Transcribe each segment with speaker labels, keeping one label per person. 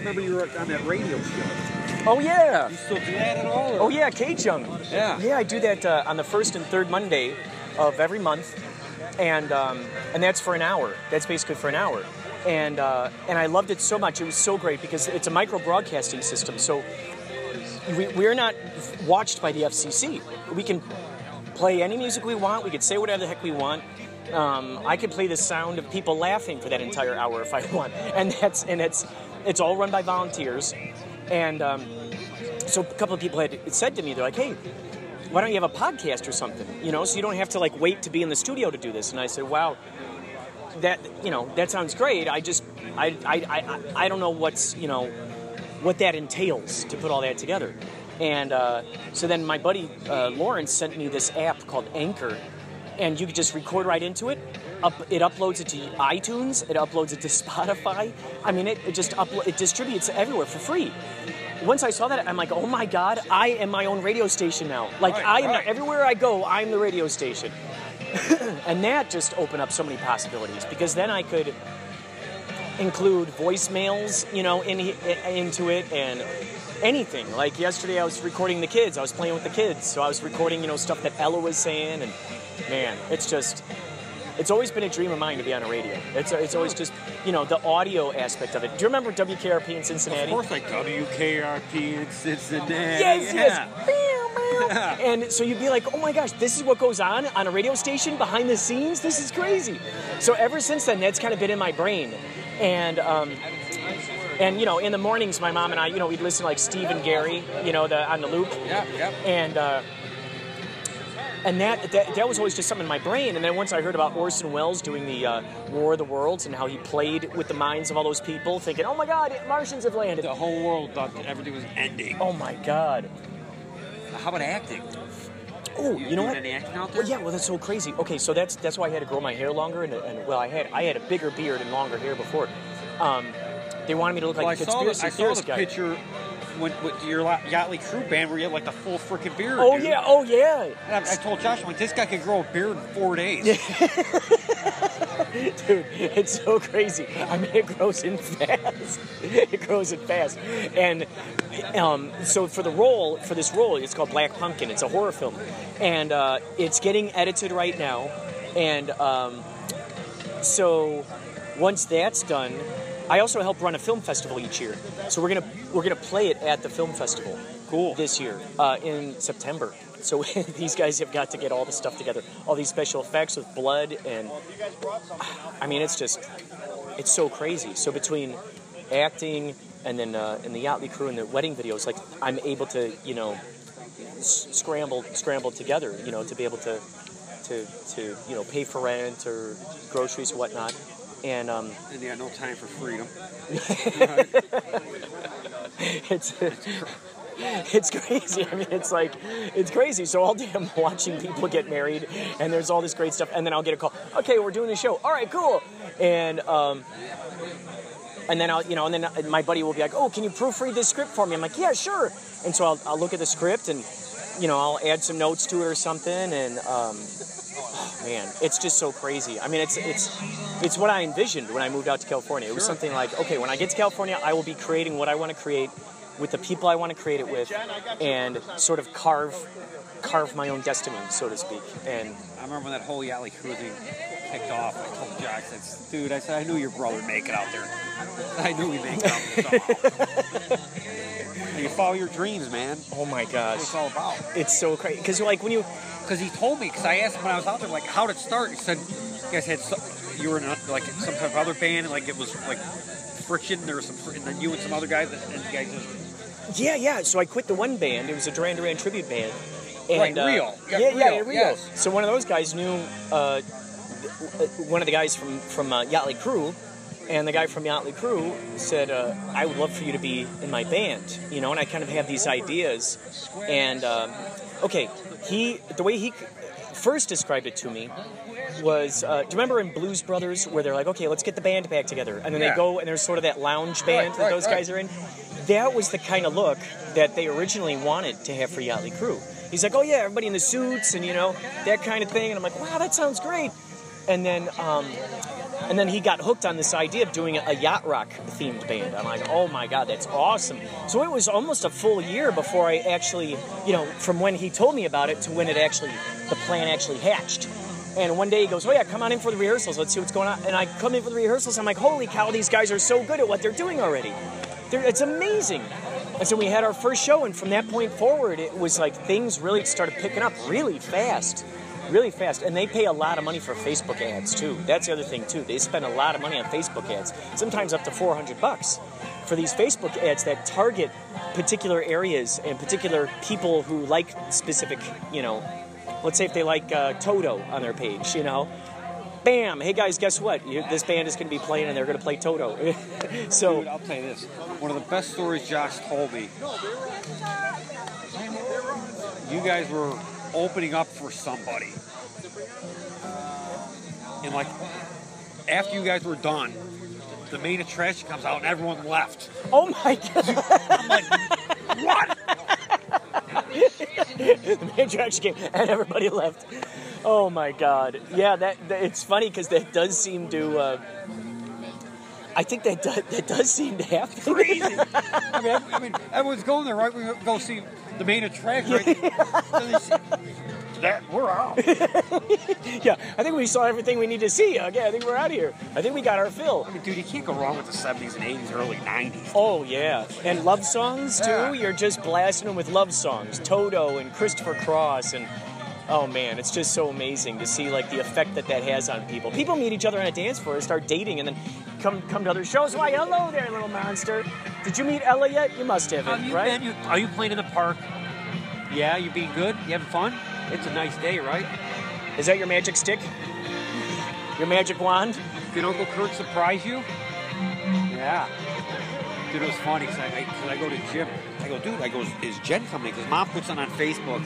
Speaker 1: remember you were on that radio show.
Speaker 2: Oh yeah.
Speaker 1: You still do that at all?
Speaker 2: Oh yeah, Cage Young.
Speaker 1: Yeah.
Speaker 2: Yeah, I do that uh, on the first and third Monday of every month, and um, and that's for an hour. That's basically for an hour, and uh, and I loved it so much. It was so great because it's a micro broadcasting system, so we, we're not watched by the FCC. We can play any music we want. We can say whatever the heck we want. Um, I could play the sound of people laughing for that entire hour if I want, and that's and it's it's all run by volunteers, and. Um, so a couple of people had said to me, they're like, "Hey, why don't you have a podcast or something? You know, so you don't have to like wait to be in the studio to do this." And I said, "Wow, that you know that sounds great. I just I I I, I don't know what's you know what that entails to put all that together." And uh, so then my buddy uh, Lawrence sent me this app called Anchor, and you could just record right into it. Up, it uploads it to iTunes. It uploads it to Spotify. I mean, it, it just uplo- it distributes everywhere for free once I saw that, I'm like, oh my god, I am my own radio station now. Like
Speaker 1: Right,
Speaker 2: I am
Speaker 1: right.
Speaker 2: everywhere I go, I'm the radio station. and that just opened up so many possibilities because then I could include voicemails, you know, in, into it and anything. Like yesterday, I was recording the kids. I was playing with the kids, so I was recording, you know, stuff that Ella was saying. And man, it's just. It's always been a dream of mine to be on a radio. It's, it's always just, you know, the audio aspect of it. Do you remember WKRP in Cincinnati?
Speaker 1: Of course, like WKRP in Cincinnati.
Speaker 2: Yes,
Speaker 1: yeah.
Speaker 2: yes. Meow, meow. And so you'd be like, oh my gosh, this is what goes on on a radio station behind the scenes? This is crazy. So ever since then, that's kind of been in my brain. And, um, and you know, in the mornings, my mom and I, you know, we'd listen to like Steve and Gary, you know, the, on the loop
Speaker 1: Yep, yep.
Speaker 2: and uh, and that, that that was always just something in my brain. And then once I heard about Orson Welles doing the uh, War of the Worlds and how he played with the minds of all those people, thinking, "Oh my God, Martians have landed!"
Speaker 1: The whole world thought that everything was ending.
Speaker 2: Oh my God!
Speaker 1: How about acting?
Speaker 2: Oh, you, know
Speaker 1: doing
Speaker 2: what?
Speaker 1: any acting out there?
Speaker 2: Well, yeah, well, that's so crazy. Okay, so that's that's why I had to grow my hair longer, and, and well, I had I had a bigger beard and longer hair before. Um, they wanted me to look
Speaker 1: Well, I
Speaker 2: like a
Speaker 1: saw the,
Speaker 2: conspiracy
Speaker 1: I saw the
Speaker 2: theorist guy.
Speaker 1: picture when, with your La- Yachtly Crew band where you had like the full freaking beard.
Speaker 2: Oh
Speaker 1: dude.
Speaker 2: yeah! Oh yeah!
Speaker 1: And I, I told Josh, I'm like, this guy could grow a beard in four days.
Speaker 2: Dude, it's so crazy. I mean, it grows in fast. It grows in fast. And um, so for the role, for this role, it's called Black Pumpkin. It's a horror film, and uh, it's getting edited right now. And um, so once that's done, I also help run a film festival each year. So we're gonna we're gonna play it at the film festival.
Speaker 1: Cool.
Speaker 2: This year uh, in September. So these guys have got to get all the stuff together, all these special effects with blood and I mean, it's just, it's so crazy. So between acting and then uh, and the Yachtly crew and the wedding videos, like I'm able to, you know, s- scramble scramble together, you know, to be able to to to you know pay for rent or groceries, whatnot. And um,
Speaker 1: and yeah, no time for freedom.
Speaker 2: it's it's crazy. I mean, it's like it's crazy. So all day I'm watching people get married, and there's all this great stuff, and then I'll get a call. Okay, we're doing the show. All right, cool. And um, and then I'll you know, and then my buddy will be like, oh, can you proofread this script for me? I'm like, yeah, sure. And so I'll, I'll look at the script and you know I'll add some notes to it or something, and um, oh, man, it's just so crazy. I mean, it's it's. It's what I envisioned when I moved out to California. It was
Speaker 1: Sure.
Speaker 2: something like, okay, when I get to California, I will be creating what I want to create with the people I want to create it with, and sort of carve carve my own destiny, so to speak. And
Speaker 1: I remember when that whole Yachtly Crew thing ticked off. I told Jack, I said, dude, I said, I knew your brother would make it out there. I knew he'd make it out there somehow. you follow your dreams, man. That's
Speaker 2: Oh my
Speaker 1: what
Speaker 2: gosh,
Speaker 1: it's all about.
Speaker 2: it's so crazy. Because like when you,
Speaker 1: Because he told me, because I asked him when I was out there, like, how'd it start? He said, you guys had, so, you were in, a- like, some type of other band, and, like, it was, like, friction, there was some, fr- and then you and some other guys, and, and you guys just,
Speaker 2: yeah, yeah. So I quit the one band. It was a Duran Duran tribute band.
Speaker 1: Right,
Speaker 2: And, uh,
Speaker 1: Real. Yeah,
Speaker 2: Yeah, yeah, yeah,
Speaker 1: Real,
Speaker 2: Real.
Speaker 1: yes.
Speaker 2: So one of those guys knew uh, one of the guys from from uh, Yachtly Crew, and the guy from Yachtly Crew said, uh, "I would love for you to be in my band." You know, and I kind of have these ideas, and um, okay, he the way he first described it to me was uh, do you remember in Blues Brothers where they're like, okay, let's get the band back together, and then they
Speaker 1: Yeah.
Speaker 2: go and there's sort of that lounge band
Speaker 1: Right,
Speaker 2: that
Speaker 1: right,
Speaker 2: those
Speaker 1: right.
Speaker 2: guys are in. That was the kind of look that they originally wanted to have for Yachtly Crew. He's like, oh yeah, everybody in the suits and you know that kind of thing, and I'm like, wow, that sounds great. And then, um, and then he got hooked on this idea of doing a yacht rock themed band. I'm like, oh my god, that's awesome. So it was almost a full year before I actually, you know, from when he told me about it to when it actually, the plan actually hatched. And one day he goes, oh yeah, come on in for the rehearsals. Let's see what's going on. And I come in for the rehearsals. I'm like, holy cow, these guys are so good at what they're doing already. They're, it's amazing. And so we had our first show, and from that point forward, it was like things really started picking up really fast, really fast. And they pay a lot of money for Facebook ads too. That's the other thing too. They spend a lot of money on Facebook ads, sometimes up to 400 bucks for these Facebook ads that target particular areas and particular people who like specific, you know, let's say if they like uh, Toto on their page, you know. Bam! Hey guys, guess what? You, this band is going to be playing, and they're going to play Toto. so
Speaker 1: Dude, I'll tell you this. One of the best stories Josh told me. You guys were opening up for somebody. And like after you guys were done, the main attraction comes out and everyone left.
Speaker 2: Oh my god!
Speaker 1: What?
Speaker 2: the major action came and everybody left. Oh my god! Yeah, that, that- it's funny because that does seem to. Uh, I think that does, that does seem to happen.
Speaker 1: Crazy. I mean, I mean, everyone's going there, right? We go see the main attraction. Right? So they see- that we're out.
Speaker 2: yeah, I think we saw everything we need to see. Okay, I think we're out of here. I think we got our fill.
Speaker 1: I mean, dude, you can't go wrong with the 70s and 80s, early 90s.
Speaker 2: Oh yeah, and love songs too.
Speaker 1: Yeah.
Speaker 2: You're just blasting them with love songs, Toto and Christopher Cross, and oh man, it's just so amazing to see like the effect that that has on people. People meet each other on a dance floor and start dating, and then come come to other shows. Why, hello there, little monster. Did you meet Ella yet? You must have,
Speaker 1: Have
Speaker 2: it,
Speaker 1: Um, you
Speaker 2: right?
Speaker 1: been- you- are you playing in the park? Yeah, you being good? You having fun? It's a nice day, right?
Speaker 2: Is that your magic stick? Your magic wand?
Speaker 1: Did Uncle Kurt surprise you? Yeah. Dude, it was funny because I, I, 'cause I go to gym. I go, dude, I go, is Jen coming? Because mom puts it on Facebook.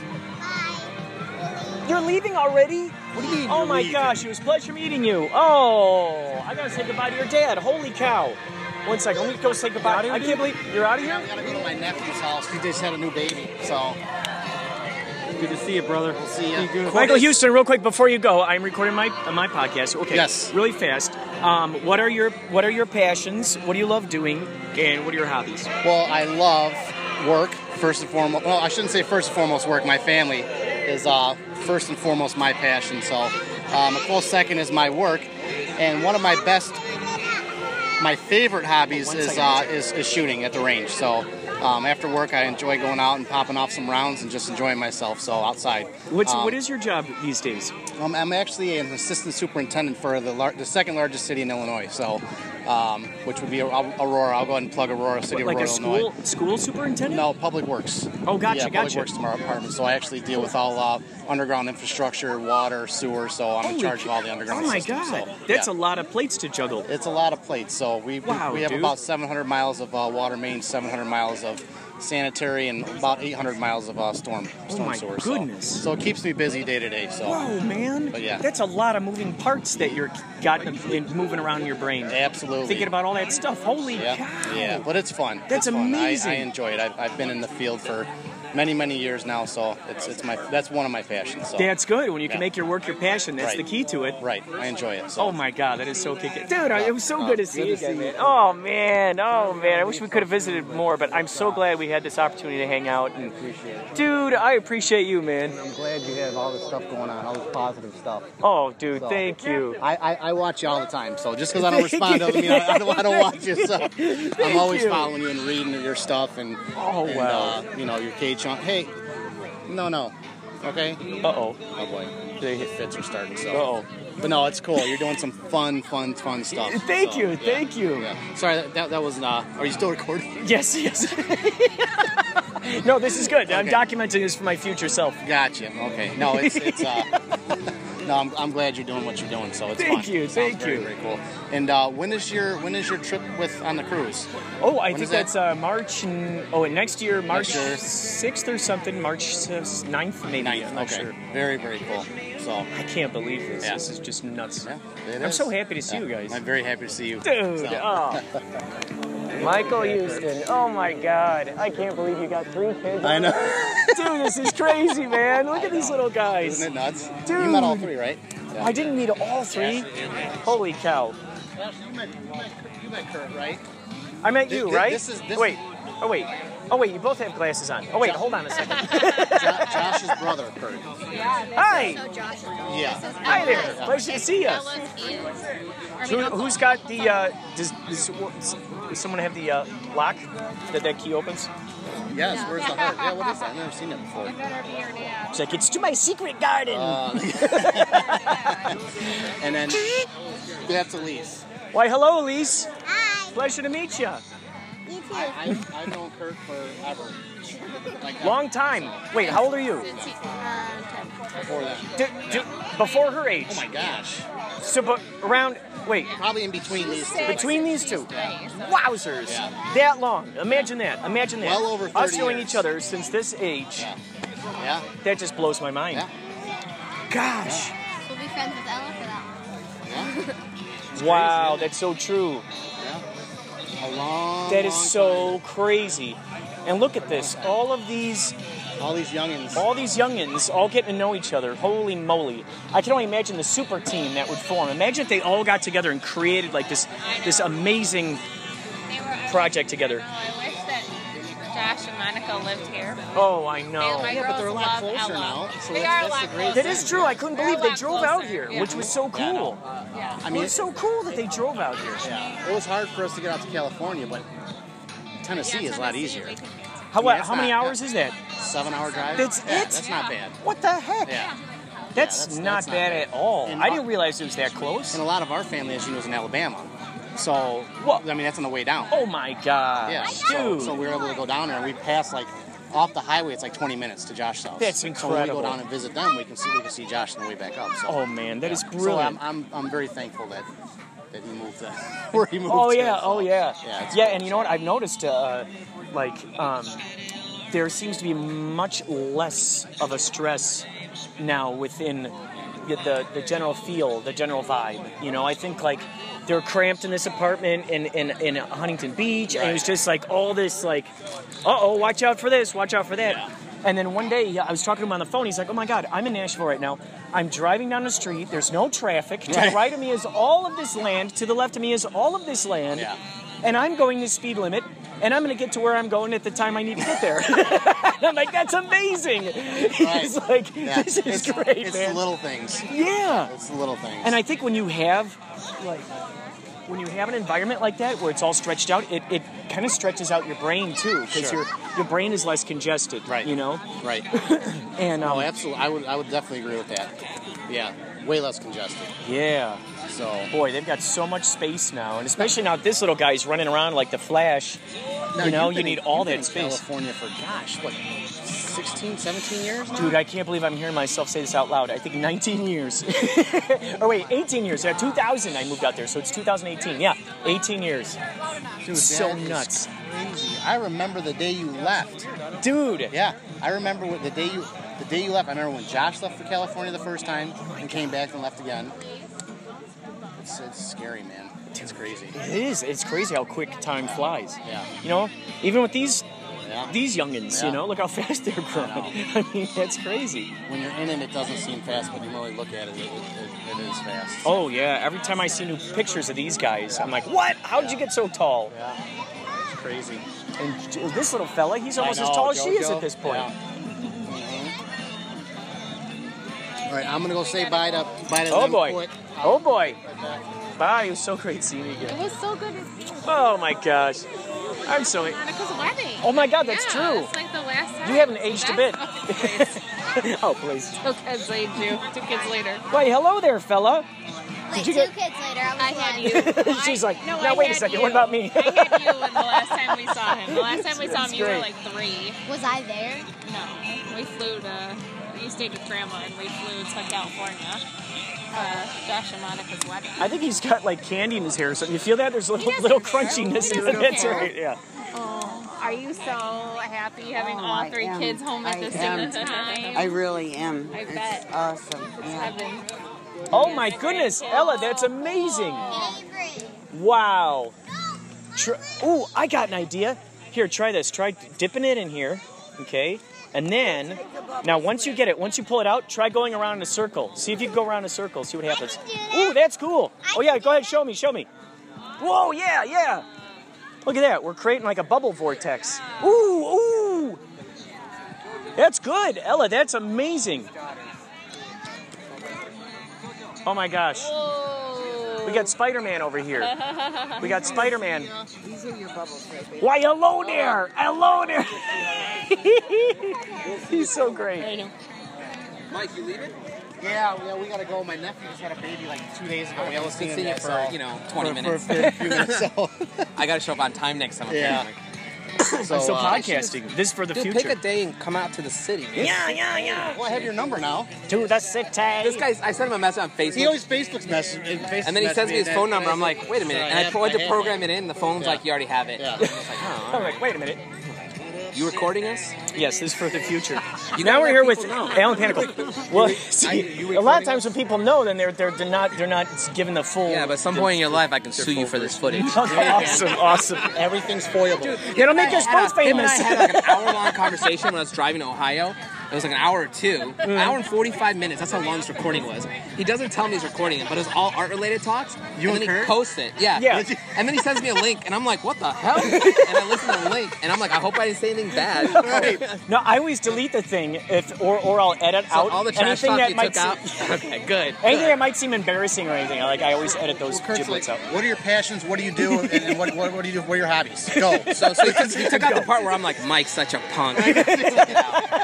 Speaker 2: You're leaving already?
Speaker 1: What do you mean?
Speaker 2: Oh
Speaker 1: you're
Speaker 2: my
Speaker 1: leaving?
Speaker 2: gosh, it was a pleasure meeting you. Oh, I gotta say goodbye to your dad. Holy cow. One second, let me go say goodbye.
Speaker 1: Outta here,
Speaker 2: I can't
Speaker 1: dude?
Speaker 2: believe you're out of here?
Speaker 3: I gotta go to my nephew's house. He just had a new baby, so
Speaker 1: Good to see you, brother. We'll
Speaker 3: see ya.
Speaker 1: Be good.
Speaker 2: Michael Houston, real quick before you go, I'm recording my uh, my podcast. Okay.
Speaker 3: Yes.
Speaker 2: Really fast. Um, what are your What are your passions? What do you love doing? And what are your hobbies?
Speaker 3: well, I love work first and foremost. Well, I shouldn't say first and foremost work. My family is uh, first and foremost my passion. So um, a close second is my work, and one of my best, my favorite hobbies
Speaker 2: One
Speaker 3: is,
Speaker 2: second,
Speaker 3: uh,
Speaker 2: one
Speaker 3: is is shooting at the range. So um, after work, I enjoy going out and popping off some rounds and just enjoying myself. So outside.
Speaker 2: What's
Speaker 3: Um,
Speaker 2: What is your job these days?
Speaker 3: Um, I'm actually an assistant superintendent for the, lar- the second largest city in Illinois, so um, which would be Au- Aurora. I'll go ahead and plug Aurora City,
Speaker 2: Like
Speaker 3: Aurora,
Speaker 2: a school
Speaker 3: Illinois.
Speaker 2: school superintendent?
Speaker 3: No, Public Works.
Speaker 2: Oh, gotcha,
Speaker 3: yeah, Public
Speaker 2: gotcha.
Speaker 3: Works is my apartment, so I actually deal with all uh, underground infrastructure, water, sewer. So I'm in
Speaker 2: Holy
Speaker 3: charge of all the
Speaker 2: cow.
Speaker 3: underground.
Speaker 2: Oh my
Speaker 3: system,
Speaker 2: god,
Speaker 3: so,
Speaker 2: that's
Speaker 3: yeah.
Speaker 2: a lot of plates to juggle.
Speaker 3: It's a lot of plates. So we we-
Speaker 2: Wow,
Speaker 3: we, have
Speaker 2: dude.
Speaker 3: about 700 miles of uh, water main, 700 miles of sanitary, and about 800 miles of uh, storm storm
Speaker 2: Oh my
Speaker 3: sewer.
Speaker 2: goodness.
Speaker 3: So, so it keeps me busy day to day. So
Speaker 2: Whoa, man!
Speaker 3: But yeah.
Speaker 2: That's a lot of moving parts that you're got in, in- moving around in your brain.
Speaker 3: absolutely
Speaker 2: Thinking about all that stuff. Holy
Speaker 3: Yeah,
Speaker 2: cow!
Speaker 3: yeah, but it's fun.
Speaker 2: That's
Speaker 3: It's fun. I-
Speaker 2: amazing.
Speaker 3: I, enjoy it. I've, I've been in the field for many many years now. So it's it's my that's one of my passions. So
Speaker 2: That's good when you can
Speaker 3: Yeah.
Speaker 2: make your work your passion. That's
Speaker 3: Right.
Speaker 2: the key to it.
Speaker 3: right, I enjoy it. So
Speaker 2: Oh my God, that is so kick Dude, I- it was so good to see
Speaker 3: good
Speaker 2: you
Speaker 3: to
Speaker 2: again,
Speaker 3: see you.
Speaker 2: man. Oh man, oh man. I wish we could have visited more, but I'm so glad we had this opportunity to hang out. And
Speaker 4: Appreciate it.
Speaker 2: dude, I appreciate you, man.
Speaker 4: I'm glad you have all this stuff going on, all this positive stuff.
Speaker 2: Oh, dude,
Speaker 4: So-
Speaker 2: thank you.
Speaker 3: I, I, I watch you all the time, so just because I don't
Speaker 2: Thank
Speaker 3: respond doesn't mean I, I, don't, I don't watch you. So I'm always
Speaker 2: you.
Speaker 3: following you and reading your stuff and,
Speaker 2: Oh,
Speaker 3: and,
Speaker 2: wow.
Speaker 3: uh, you know your cage on. Hey, no, no, okay.
Speaker 2: Uh oh.
Speaker 3: Oh boy, the fits are starting. So,
Speaker 2: Uh-oh.
Speaker 3: but no, it's cool. You're doing some fun, fun, fun stuff.
Speaker 2: Thank
Speaker 3: so,
Speaker 2: you,
Speaker 3: yeah,
Speaker 2: thank you.
Speaker 3: yeah. Sorry, that, that, that was. Uh, are you still recording?
Speaker 2: Yes, yes. no, this is good. I'm
Speaker 3: Okay.
Speaker 2: documenting this for my future self.
Speaker 3: Gotcha. Okay. No, it's it's. Uh, no, I'm, I'm glad you're doing what you're doing. So it's
Speaker 2: Thank
Speaker 3: fun.
Speaker 2: you,
Speaker 3: Sounds
Speaker 2: thank
Speaker 3: very,
Speaker 2: you.
Speaker 3: Very cool. And uh, when is your when is your trip with on the cruise?
Speaker 2: Oh, I
Speaker 3: When
Speaker 2: think
Speaker 3: is that?
Speaker 2: that's uh, March. n- Oh, and next year, March
Speaker 3: year.
Speaker 2: 6th or something, March s- 9th maybe.
Speaker 3: Ninth.
Speaker 2: I'm not
Speaker 3: okay.
Speaker 2: sure.
Speaker 3: Very very cool. So.
Speaker 2: I can't believe this.
Speaker 3: Yeah.
Speaker 2: This is just nuts.
Speaker 3: Yeah, it
Speaker 2: I'm
Speaker 3: is.
Speaker 2: so happy to see you guys.
Speaker 3: I'm very happy to see you.
Speaker 2: Dude,
Speaker 3: So,
Speaker 2: oh. Michael Houston. Oh my God. I can't believe you got three kids.
Speaker 3: I know.
Speaker 2: Dude, this is crazy, man. Look at these little guys.
Speaker 3: Isn't it nuts? You met all
Speaker 2: Dude.
Speaker 3: three, right? Yeah.
Speaker 2: I didn't meet all three. Holy cow.
Speaker 3: You met, you met, you met Kurt, right?
Speaker 2: I met
Speaker 3: Thi-
Speaker 2: you,
Speaker 3: thi-
Speaker 2: right?
Speaker 3: this is- this-
Speaker 2: wait. Oh, wait. Oh, wait. You both have glasses on. Oh, wait. Hold on a second.
Speaker 3: Jo- Josh's brother, Kurt.
Speaker 2: Hi.
Speaker 3: Yeah.
Speaker 2: Hi there. Pleasure to see you. Who, who's got the, uh, does, does, does someone have the uh, lock that that key opens?
Speaker 3: Yes, where's the heart? Yeah, what is that? I've never seen it before.
Speaker 2: It's like, it's to my secret garden.
Speaker 3: Uh. And then that's Elise.
Speaker 2: Why, hello, Elise.
Speaker 5: Hi.
Speaker 2: Pleasure to meet you.
Speaker 5: You too.
Speaker 3: I, I, I've known Kurt forever. Like ever.
Speaker 2: Long time. Wait, how old are you?
Speaker 3: before that.
Speaker 2: D- d- before her age.
Speaker 3: Oh my gosh.
Speaker 2: So, but around, wait,
Speaker 3: Probably in between these two.
Speaker 2: between these two. Wowzers. That long. Imagine that. Imagine that.
Speaker 3: Well over 30
Speaker 2: Us knowing
Speaker 3: years.
Speaker 2: each other since this age,
Speaker 3: Yeah. Yeah.
Speaker 2: that just blows my mind.
Speaker 3: Yeah.
Speaker 2: Gosh.
Speaker 5: We'll be friends with Ella for that one.
Speaker 3: Yeah.
Speaker 2: Wow, that's so true.
Speaker 3: A long.
Speaker 2: That is
Speaker 3: long
Speaker 2: so crazy. And look at this. All of these,
Speaker 3: time. All these youngins.
Speaker 2: all these youngins, all getting to know each other. Holy moly! I can only imagine the super team that would form. Imagine if they all got together and created like this, this amazing
Speaker 6: They were already-
Speaker 2: project together.
Speaker 6: Oh, I wish that Josh and Monica lived here.
Speaker 2: Oh, I know.
Speaker 6: My
Speaker 3: Yeah, but they're a lot
Speaker 6: girls love
Speaker 3: closer
Speaker 6: Ella.
Speaker 3: now, so
Speaker 6: they
Speaker 3: that's-
Speaker 6: are
Speaker 3: that's
Speaker 6: a lot
Speaker 3: the great
Speaker 6: closer.
Speaker 2: That is true. I couldn't believe they drove out here,
Speaker 6: Yeah.
Speaker 2: which was so
Speaker 3: Yeah, I know. Uh,
Speaker 2: cool.
Speaker 6: Yeah.
Speaker 3: I
Speaker 2: It
Speaker 3: mean,
Speaker 2: was so cool that they drove out here.
Speaker 3: yeah. It was hard for us to get out to California, but Tennessee is a lot
Speaker 6: Tennessee,
Speaker 3: easier.
Speaker 6: we can get to-
Speaker 2: How,
Speaker 3: Yeah, it's
Speaker 2: how many
Speaker 3: not-
Speaker 2: hours is that?
Speaker 3: Seven-hour drive.
Speaker 2: That's
Speaker 3: yeah,
Speaker 2: it?
Speaker 3: That's not bad.
Speaker 2: What the heck?
Speaker 3: Yeah.
Speaker 2: That's,
Speaker 3: that's-
Speaker 2: not
Speaker 3: that's not
Speaker 2: bad
Speaker 3: bad.
Speaker 2: at all.
Speaker 3: And
Speaker 2: I
Speaker 3: I-
Speaker 2: didn't realize it was that close.
Speaker 3: And a lot of our family, as you know, is in Alabama. So,
Speaker 2: Well-
Speaker 3: I mean, that's on the way down.
Speaker 2: Oh my god.
Speaker 3: yeah. So,
Speaker 2: Dude.
Speaker 3: so we were able to go down there, and we passed like off the highway. It's like 20 minutes to Josh's house.
Speaker 2: That's
Speaker 3: So when we
Speaker 2: incredible.
Speaker 3: go down and visit them, we can see we can see Josh on the way back up. So,
Speaker 2: oh man, that is
Speaker 3: so um, I'm,
Speaker 2: brilliant.
Speaker 3: I'm I'm very thankful that that he moved to where he moved.
Speaker 2: oh
Speaker 3: to,
Speaker 2: yeah,
Speaker 3: so,
Speaker 2: oh yeah.
Speaker 3: Yeah. it's
Speaker 2: and you know what? I've noticed uh, like um, there seems to be much less of a stress now within the, the, the general feel, the general vibe. You know, I think like they're cramped in this apartment in, in, in Huntington Beach, and it was
Speaker 3: Right.
Speaker 2: just like all this like, uh oh, watch out for this, watch out for that.
Speaker 3: Yeah.
Speaker 2: And then one day I was talking to him on the phone. He's like, "Oh my God, I'm in Nashville right now. I'm driving down the street. There's no traffic. To
Speaker 3: Right.
Speaker 2: the right of me is all of this land. To the left of me is all of this land.
Speaker 3: Yeah.
Speaker 2: And I'm going the speed limit, and I'm going to get to where I'm going at the time I need to get there. And I'm like, that's amazing. He's
Speaker 3: Right.
Speaker 2: like,
Speaker 3: yeah,
Speaker 2: this is
Speaker 3: it's,
Speaker 2: great,
Speaker 3: It's
Speaker 2: man.
Speaker 3: the little things.
Speaker 2: yeah.
Speaker 3: It's the little things.
Speaker 2: And I think when you have like when you have an environment like that where it's all stretched out, it, it kind of stretches out your brain too because your
Speaker 3: Sure.
Speaker 2: your brain is less congested,
Speaker 3: Right.
Speaker 2: You know,
Speaker 3: right.
Speaker 2: and um,
Speaker 3: Oh, absolutely. I would I would definitely agree with that. Yeah. Way less congested.
Speaker 2: yeah,
Speaker 3: So.
Speaker 2: boy, they've got so much space now, and especially now this little guy's running around like the Flash.
Speaker 3: Now,
Speaker 2: you know,
Speaker 3: you've
Speaker 2: you
Speaker 3: been
Speaker 2: need
Speaker 3: in-
Speaker 2: all
Speaker 3: you've been
Speaker 2: that
Speaker 3: in
Speaker 2: space.
Speaker 3: California for gosh, what, 16, 17 years now?
Speaker 2: Dude, I can't believe I'm hearing myself say this out loud. I think 19 years. or wait, 18 years. Yeah, 2000 I moved out there, so it's 2018. Yeah, 18 years.
Speaker 3: Dude,
Speaker 2: so
Speaker 3: that is
Speaker 2: nuts.
Speaker 3: Crazy. I remember the day you left.
Speaker 2: Dude,
Speaker 3: Yeah, I remember what, the day you the day you left. I remember when Josh left for California the first time and came back and left again. It's, it's scary, man. It's crazy.
Speaker 2: it is. It's crazy how quick time flies.
Speaker 3: Yeah.
Speaker 2: You know, even with these
Speaker 3: Yeah.
Speaker 2: these youngins. You
Speaker 3: Yeah.
Speaker 2: know, look how fast they're growing. I, mean, that's crazy.
Speaker 3: When you're in it, it doesn't seem fast, but you really look at it, it, it, it is fast.
Speaker 2: Oh yeah, every time I see new pictures of these guys, I'm like, what? How'd you get so tall?
Speaker 3: Yeah. It's crazy.
Speaker 2: And j- this little fella, he's almost
Speaker 3: I
Speaker 2: as
Speaker 3: know,
Speaker 2: tall as she is
Speaker 3: Jojo.
Speaker 2: at this point.
Speaker 3: Yeah. Mm-hmm. All right, I'm gonna go say bye to bye to
Speaker 2: Oh
Speaker 3: them
Speaker 2: boy.
Speaker 3: quick.
Speaker 2: Oh boy. Bye. It was so great seeing you again.
Speaker 6: It was so good to see you.
Speaker 2: Oh my gosh. I'm so.
Speaker 6: Monica's wedding.
Speaker 2: Oh my God, that's
Speaker 6: Yeah,
Speaker 2: true.
Speaker 6: It's like the last time.
Speaker 2: You haven't aged a bit.
Speaker 6: That's-
Speaker 2: Oh please.
Speaker 6: Two kids laid you. Two kids later.
Speaker 2: Wait, hello there, fella.
Speaker 5: Wait,
Speaker 2: you
Speaker 5: two
Speaker 2: get-
Speaker 5: kids later, I was
Speaker 6: I had
Speaker 5: lying.
Speaker 6: you.
Speaker 2: She's
Speaker 6: I-
Speaker 2: like,
Speaker 6: no,
Speaker 2: now
Speaker 6: I
Speaker 2: wait a
Speaker 6: had
Speaker 2: second,
Speaker 6: you.
Speaker 2: what about me?
Speaker 6: I had you when the last time we saw him. The last time we saw
Speaker 2: That's
Speaker 6: him, you were
Speaker 2: great.
Speaker 6: like three.
Speaker 5: Was I there?
Speaker 6: No, we flew to. You stayed with Grandma, and we flew to California. Uh, Josh and Monica's wedding.
Speaker 2: I think he's got like candy in his hair or something. You feel that? There's little
Speaker 6: doesn't
Speaker 2: little
Speaker 6: care.
Speaker 2: crunchiness.
Speaker 6: He
Speaker 2: in
Speaker 6: doesn't
Speaker 2: That's
Speaker 6: care.
Speaker 2: right. Yeah.
Speaker 6: Are you so happy having
Speaker 7: Oh,
Speaker 6: all
Speaker 7: I
Speaker 6: three
Speaker 7: am.
Speaker 6: kids home at
Speaker 7: I
Speaker 6: the same
Speaker 7: am.
Speaker 6: time?
Speaker 7: I really am.
Speaker 6: I
Speaker 7: it's
Speaker 6: bet.
Speaker 7: awesome. Yeah.
Speaker 6: Heaven.
Speaker 2: Oh my goodness, Ella, that's amazing.
Speaker 5: Favorite.
Speaker 2: Wow. Tr- Ooh, I got an idea. Here, try this. Try dipping it in here, okay? And then, now once you get it, once you pull it out, try going around in a circle. See if you can go around in a circle. See what happens.
Speaker 5: can do that.
Speaker 2: Ooh, that's cool.
Speaker 5: I
Speaker 2: Oh yeah, go
Speaker 5: can do
Speaker 2: ahead.
Speaker 5: that.
Speaker 2: Show me. Show me. Whoa, yeah, yeah. Look at that. We're creating like a bubble vortex. Ooh, ooh. That's good, Ella. That's amazing. Oh my gosh. We got Spider Man over here. We got Spider Man.
Speaker 7: These are your bubbles, right? baby.
Speaker 2: Why, hello there! Hello there! He's so great.
Speaker 3: Yeah, yeah, we gotta go. My nephew just had a baby like two days ago. We haven't seen him
Speaker 8: Seen it
Speaker 3: yet,
Speaker 8: for,
Speaker 3: so
Speaker 8: you know, 20
Speaker 3: for-
Speaker 8: minutes.
Speaker 3: for a few minutes. So,
Speaker 8: I gotta show up on time next time. I'm
Speaker 3: Yeah.
Speaker 8: filming.
Speaker 3: so,
Speaker 2: So,
Speaker 3: uh,
Speaker 2: podcasting. This is for the
Speaker 8: Dude,
Speaker 2: future.
Speaker 8: pick a day and come out to the city. dude.
Speaker 2: yeah, yeah, yeah.
Speaker 3: Well, I have your number now.
Speaker 2: To the city.
Speaker 8: This guy's. I sent him a message on Facebook.
Speaker 3: He always Facebook's message. Facebook
Speaker 8: and then he
Speaker 3: messaged
Speaker 8: sends me his
Speaker 3: that-
Speaker 8: phone number. I'm
Speaker 3: and I said,
Speaker 8: like, wait a minute.
Speaker 3: "Sorry,
Speaker 8: And I
Speaker 3: have-
Speaker 8: tried to
Speaker 3: have
Speaker 8: program
Speaker 3: it.
Speaker 8: it in. The phone's
Speaker 3: Yeah.
Speaker 8: like, you already have it.
Speaker 3: Yeah.
Speaker 8: I'm just like, oh, all
Speaker 2: I'm like, wait a minute.
Speaker 8: right. You recording us?
Speaker 2: Yes, this is for the future.
Speaker 8: You
Speaker 2: now
Speaker 8: gotta let
Speaker 2: we're here with
Speaker 8: people know.
Speaker 2: Alan Panicle. Well, see, a lot of times when people know, then they're they're, they're not they're not given the full.
Speaker 8: Yeah, but at some point in your life, I can sue you for this footage.
Speaker 2: awesome, awesome.
Speaker 3: Everything's foyable.
Speaker 2: It'll make us both
Speaker 8: Him and I
Speaker 2: famous.
Speaker 8: had like an hour-long conversation when I was driving to Ohio. It was like an hour or two, an hour and forty-five minutes. That's how long this recording was. He doesn't tell me he's recording it, but it's all art-related talks.
Speaker 3: You
Speaker 8: and then
Speaker 3: and
Speaker 8: he
Speaker 3: Kurt?
Speaker 8: posts it. Yeah.
Speaker 2: Yeah.
Speaker 8: And then he sends me a link, and I'm like, "What the
Speaker 2: Oh.
Speaker 8: hell?" and I listen to the link, and I'm like, "I hope I didn't say anything bad."
Speaker 2: No, I always delete the thing if or or I'll edit
Speaker 8: So
Speaker 2: out
Speaker 8: all the trash
Speaker 2: anything
Speaker 8: talk
Speaker 2: that
Speaker 8: you
Speaker 2: might
Speaker 8: took
Speaker 2: seem-
Speaker 8: out. okay, good.
Speaker 2: anything that might seem embarrassing or anything. Like I always edit those
Speaker 3: Kurt's like,
Speaker 2: giblets out.
Speaker 3: what are your passions? What do you do? And, and what, what, what do you do? What are your hobbies? Go.
Speaker 8: So, so he, took, he took out the part where I'm like, "Mike's such a punk." Take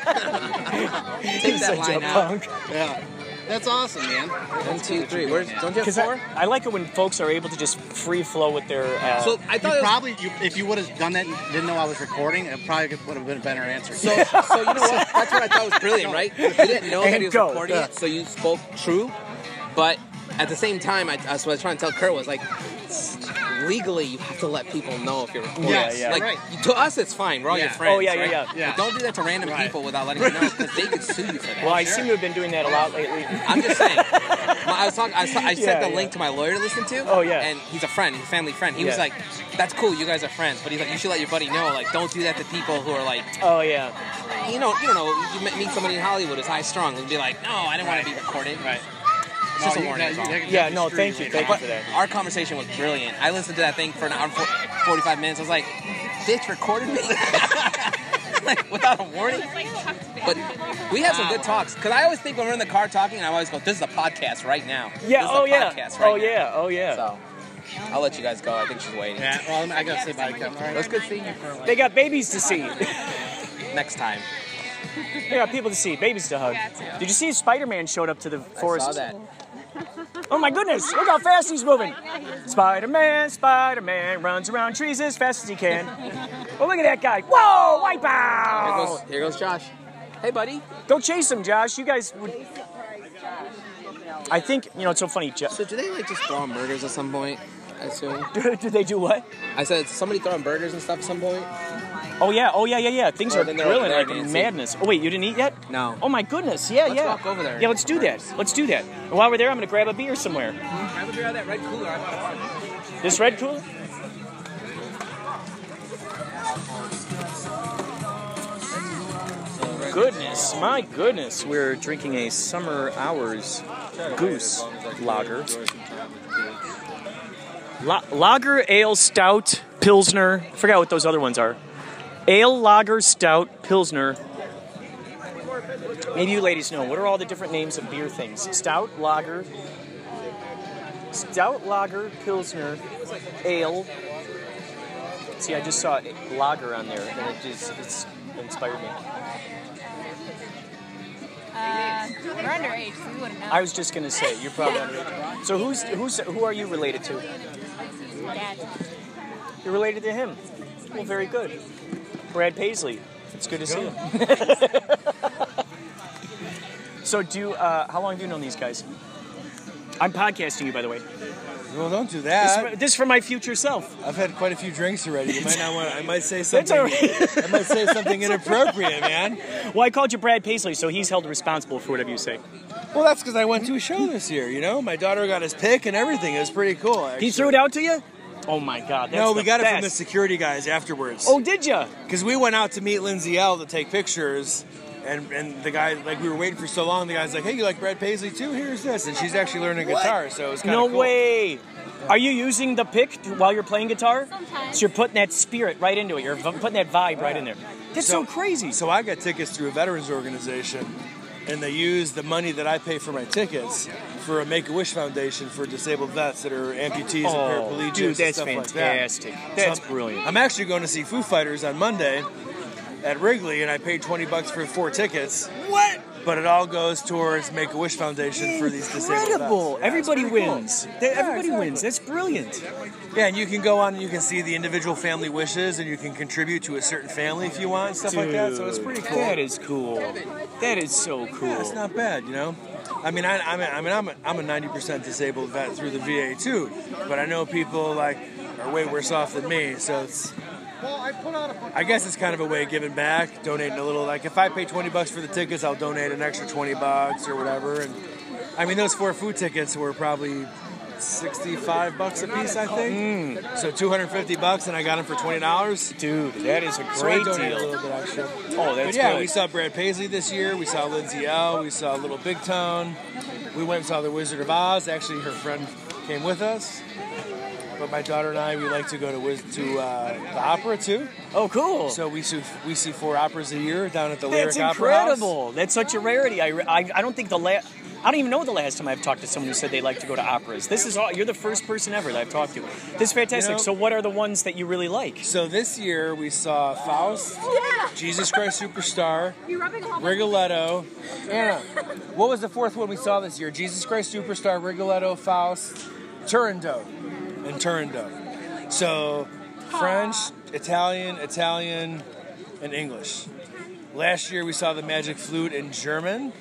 Speaker 8: that line out.
Speaker 3: Yeah. That's awesome, man.
Speaker 8: One, two, three. Where's, don't you have
Speaker 2: Because
Speaker 8: four?
Speaker 2: I, I like it when folks are able to just free flow with their. Uh,
Speaker 8: so I
Speaker 3: You
Speaker 8: thought it was
Speaker 3: probably, you, if you would have done that and didn't know I was recording, it probably would have been a better answer.
Speaker 8: So, so you know what? That's what I thought was brilliant, right? You didn't know that
Speaker 2: And
Speaker 8: he was
Speaker 2: go.
Speaker 8: recording it, so you spoke true. But at the same time, I, that's what I was trying to tell Kurt was like, legally, you have to let people know if you're recording.
Speaker 3: Yes, yeah,
Speaker 8: Like
Speaker 3: right.
Speaker 8: to us, it's fine. We're all your
Speaker 3: Yeah.
Speaker 8: friends.
Speaker 2: Oh, yeah, yeah,
Speaker 8: right?
Speaker 2: yeah.
Speaker 3: Yeah.
Speaker 8: But don't do that to random
Speaker 3: Right.
Speaker 8: people without letting them know because they could sue you for that.
Speaker 2: well, I seem to have been doing that a lot lately.
Speaker 8: I'm just saying. My, I was talking. I, was, I sent
Speaker 2: Yeah,
Speaker 8: the
Speaker 2: yeah.
Speaker 8: link to my lawyer to listen to.
Speaker 2: Oh, yeah.
Speaker 8: And he's a friend, he's a family friend. He was
Speaker 2: Yeah.
Speaker 8: like, "That's cool, you guys are friends," but he's like, "You should let your buddy know, like, don't do that to people who are like."
Speaker 2: Oh yeah,
Speaker 8: you know, you don't know, you met- meet somebody in Hollywood who's high strong and be like, no, I didn't want to be recorded. Right. It's just a warning. that's all.
Speaker 2: yeah. No, thank you, thank you
Speaker 8: But
Speaker 2: for that.
Speaker 8: our conversation was brilliant. I listened to that thing for an hour and four, 45 minutes. I was like, bitch recorded me? like, without a warning? But we have some good talks. Because I always think when we're in the car talking, I always go, this is a podcast right now.
Speaker 2: Yeah.
Speaker 8: This is
Speaker 2: Oh
Speaker 8: a
Speaker 2: yeah.
Speaker 8: podcast right
Speaker 2: oh
Speaker 8: now.
Speaker 2: yeah. Oh yeah.
Speaker 8: So, I'll let you guys go. I think she's waiting.
Speaker 3: Yeah, well, I gotta say bye to Kevin. All
Speaker 8: It
Speaker 3: right.
Speaker 8: was good seeing you for like,
Speaker 2: They got babies to see.
Speaker 8: next time.
Speaker 2: they got people to see. Babies to hug.
Speaker 6: Yeah, too.
Speaker 2: Did you see Spider-Man showed up to the forest?
Speaker 8: I saw that.
Speaker 2: Oh my goodness! Look how fast he's moving. Spider-Man, Spider-Man runs around trees as fast as he can. Well, look at that guy. Whoa! Wipe
Speaker 8: Here
Speaker 2: out!
Speaker 8: goes, here goes Josh. Hey, buddy.
Speaker 2: Go chase him, Josh. You guys would. I think you know it's so funny. Jo-
Speaker 8: So do they like just throw on burgers at some point? I assume.
Speaker 2: Did they do what?
Speaker 8: I said somebody throw on burgers and stuff at some point.
Speaker 2: Oh yeah, oh yeah, yeah, yeah. Things
Speaker 8: Oh,
Speaker 2: are
Speaker 8: then they're over
Speaker 2: grilling
Speaker 8: there,
Speaker 2: like
Speaker 8: Nancy.
Speaker 2: madness. Oh wait, you didn't eat yet?
Speaker 8: No.
Speaker 2: Oh my goodness, yeah,
Speaker 8: Let's
Speaker 2: yeah.
Speaker 8: walk over there.
Speaker 2: Yeah, let's do that. Let's do that. And while we're there, I'm gonna grab a beer somewhere.
Speaker 8: I would grab that red cooler. I bought one.
Speaker 2: This red cooler. goodness, my goodness. We're drinking a Summer Hours Goose Lager. La- lager, ale, stout, pilsner. I forgot what those other ones are. Ale, lager, stout, pilsner. Maybe you ladies know. What are all the different names of beer things? Stout, lager, stout, lager, pilsner, ale. See, I just saw it- lager on there, and it just it's inspired me.
Speaker 6: Uh, we're underage, so we wouldn't know.
Speaker 2: I was just gonna say you're probably underage. So who's who's who are you related to?
Speaker 6: Dad.
Speaker 2: You're related to him. Well, very good. Brad Paisley. It's good to see you. so, do you, uh, how long have you known these guys? Uh, I'm podcasting you, by the way.
Speaker 9: Well, don't do
Speaker 2: This,
Speaker 9: that.
Speaker 2: is- this is for my future self.
Speaker 9: I've had quite a few drinks already. You might not want. I might say
Speaker 2: That's
Speaker 9: something.
Speaker 2: all right.
Speaker 9: I might say something inappropriate, man.
Speaker 2: Well, I called you Brad Paisley, so he's held responsible for whatever you say.
Speaker 9: Well, that's because I went to a show this year. You know, my daughter got his pick and everything. It was pretty cool. actually.
Speaker 2: He threw it out to you? Oh my God! That's
Speaker 9: no, we
Speaker 2: the
Speaker 9: got it from the
Speaker 2: best.
Speaker 9: security guys afterwards.
Speaker 2: Oh, did you?
Speaker 9: because we went out to meet Lindsay L to take pictures, and and the guy like we were waiting for so long. The guy's like, "Hey, you like Brad Paisley too? Here's this," and she's actually learning guitar, so it was kind
Speaker 2: No
Speaker 9: of
Speaker 2: way. Are you using the pick while you're playing guitar?
Speaker 5: Sometimes.
Speaker 2: So you're putting that spirit right into it. You're v- putting that vibe right in there. That's so, crazy.
Speaker 9: So I got tickets through a veterans organization, and they used the money that I pay for my tickets for a Make a Wish Foundation for disabled vets that are amputees
Speaker 2: Oh,
Speaker 9: and paraplegics.
Speaker 2: dude,
Speaker 9: and
Speaker 2: that's
Speaker 9: stuff
Speaker 2: fantastic.
Speaker 9: Like that.
Speaker 2: That's
Speaker 9: I'm-
Speaker 2: brilliant.
Speaker 9: I'm actually going to see Foo Fighters on Monday at Wrigley, and I paid 20 bucks for four tickets. What? But it all goes towards Make a Wish Foundation for these disabled vets.
Speaker 2: Incredible.
Speaker 9: Yeah, it's
Speaker 2: Everybody
Speaker 9: pretty cool.
Speaker 2: wins. They- Everybody wins. That's brilliant.
Speaker 9: Yeah, and you can go on and you can see the individual family wishes, and you can contribute to a certain family if you want, stuff like that. So it's pretty
Speaker 2: Dude,
Speaker 9: cool.
Speaker 2: That is cool. That is so cool.
Speaker 9: Yeah, it's not bad, you know. I mean, I, I mean, I mean, I'm a, I'm a 90% disabled vet through the VA too, but I know people like are way worse off than me. So it's, I guess it's kind of a way of giving back, donating a little. Like if I pay 20 bucks for the tickets, I'll donate an extra 20 bucks or whatever. And I mean, those four food tickets were probably 65 bucks a piece, I think. So 250 bucks, and I got them for 20 dollars.
Speaker 2: Mm. Dude, that is a
Speaker 9: So I
Speaker 2: great
Speaker 9: donated a
Speaker 2: deal.
Speaker 9: little bit extra.
Speaker 2: Oh,
Speaker 9: But
Speaker 2: that's
Speaker 9: yeah,
Speaker 2: good.
Speaker 9: we saw Brad Paisley this year. We saw Lindsay L. We saw Little Big Town. We went and saw The Wizard of Oz. Actually, her friend came with us. But my daughter and I, we like to go to Wiz- to uh, the opera too.
Speaker 2: oh, cool.
Speaker 9: So we see we see four operas a year down at the
Speaker 2: That's
Speaker 9: Lyric Opera House.
Speaker 2: incredible. That's such a rarity. I, I, I don't think the last. I don't even know the last time I've talked to someone who said they like to go to operas. This is all, you're the first person ever that I've talked to. This is fantastic.
Speaker 9: You know-
Speaker 2: so, what are the ones that you really like?
Speaker 9: So this year we saw Faust, Jesus Christ Superstar, Rigoletto. Anna, what was the fourth one we saw this year? Jesus Christ Superstar, Rigoletto, Faust, Turandot, and Turandot. So French, Italian, Italian, and English. Last year we saw the Magic Flute in German.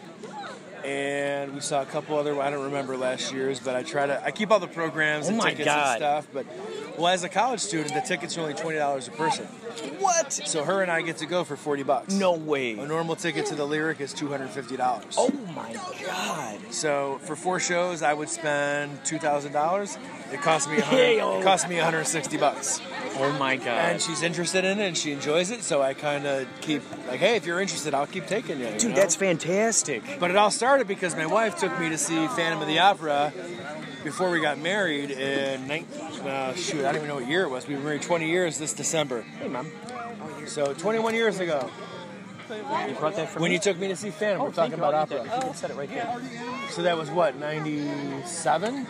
Speaker 9: And we saw a couple other. I don't remember last year's, but I try to. I keep all the programs
Speaker 2: Oh
Speaker 9: and
Speaker 2: my
Speaker 9: tickets
Speaker 2: God.
Speaker 9: and stuff. But well, as a college student, the tickets are only twenty dollars a person.
Speaker 2: What?
Speaker 9: So her and I get to go for forty bucks.
Speaker 2: No way.
Speaker 9: A normal ticket to the Lyric is two hundred fifty dollars.
Speaker 2: Oh my god.
Speaker 9: So for four shows, I would spend two thousand dollars. It cost me a hundred.
Speaker 2: Hey-o.
Speaker 9: It cost me one hundred sixty bucks.
Speaker 2: Oh my god.
Speaker 9: And she's interested in it, and she enjoys it. So I kind of keep like, hey, if you're interested, I'll keep taking you. you
Speaker 2: Dude,
Speaker 9: know?
Speaker 2: that's fantastic.
Speaker 9: But it all started because my wife took me to see Phantom of the Opera before we got married in 19, uh, shoot, I don't even know what year it was. We've been married 20 years this December. Hey, mom. So 21 years ago,
Speaker 2: You brought that for
Speaker 9: when
Speaker 2: me?
Speaker 9: you took me to see Phantom, we're
Speaker 2: thank
Speaker 9: talking
Speaker 2: you.
Speaker 9: about
Speaker 2: I'll get
Speaker 9: opera.
Speaker 2: that. You said it right there.
Speaker 9: So that was what, 97?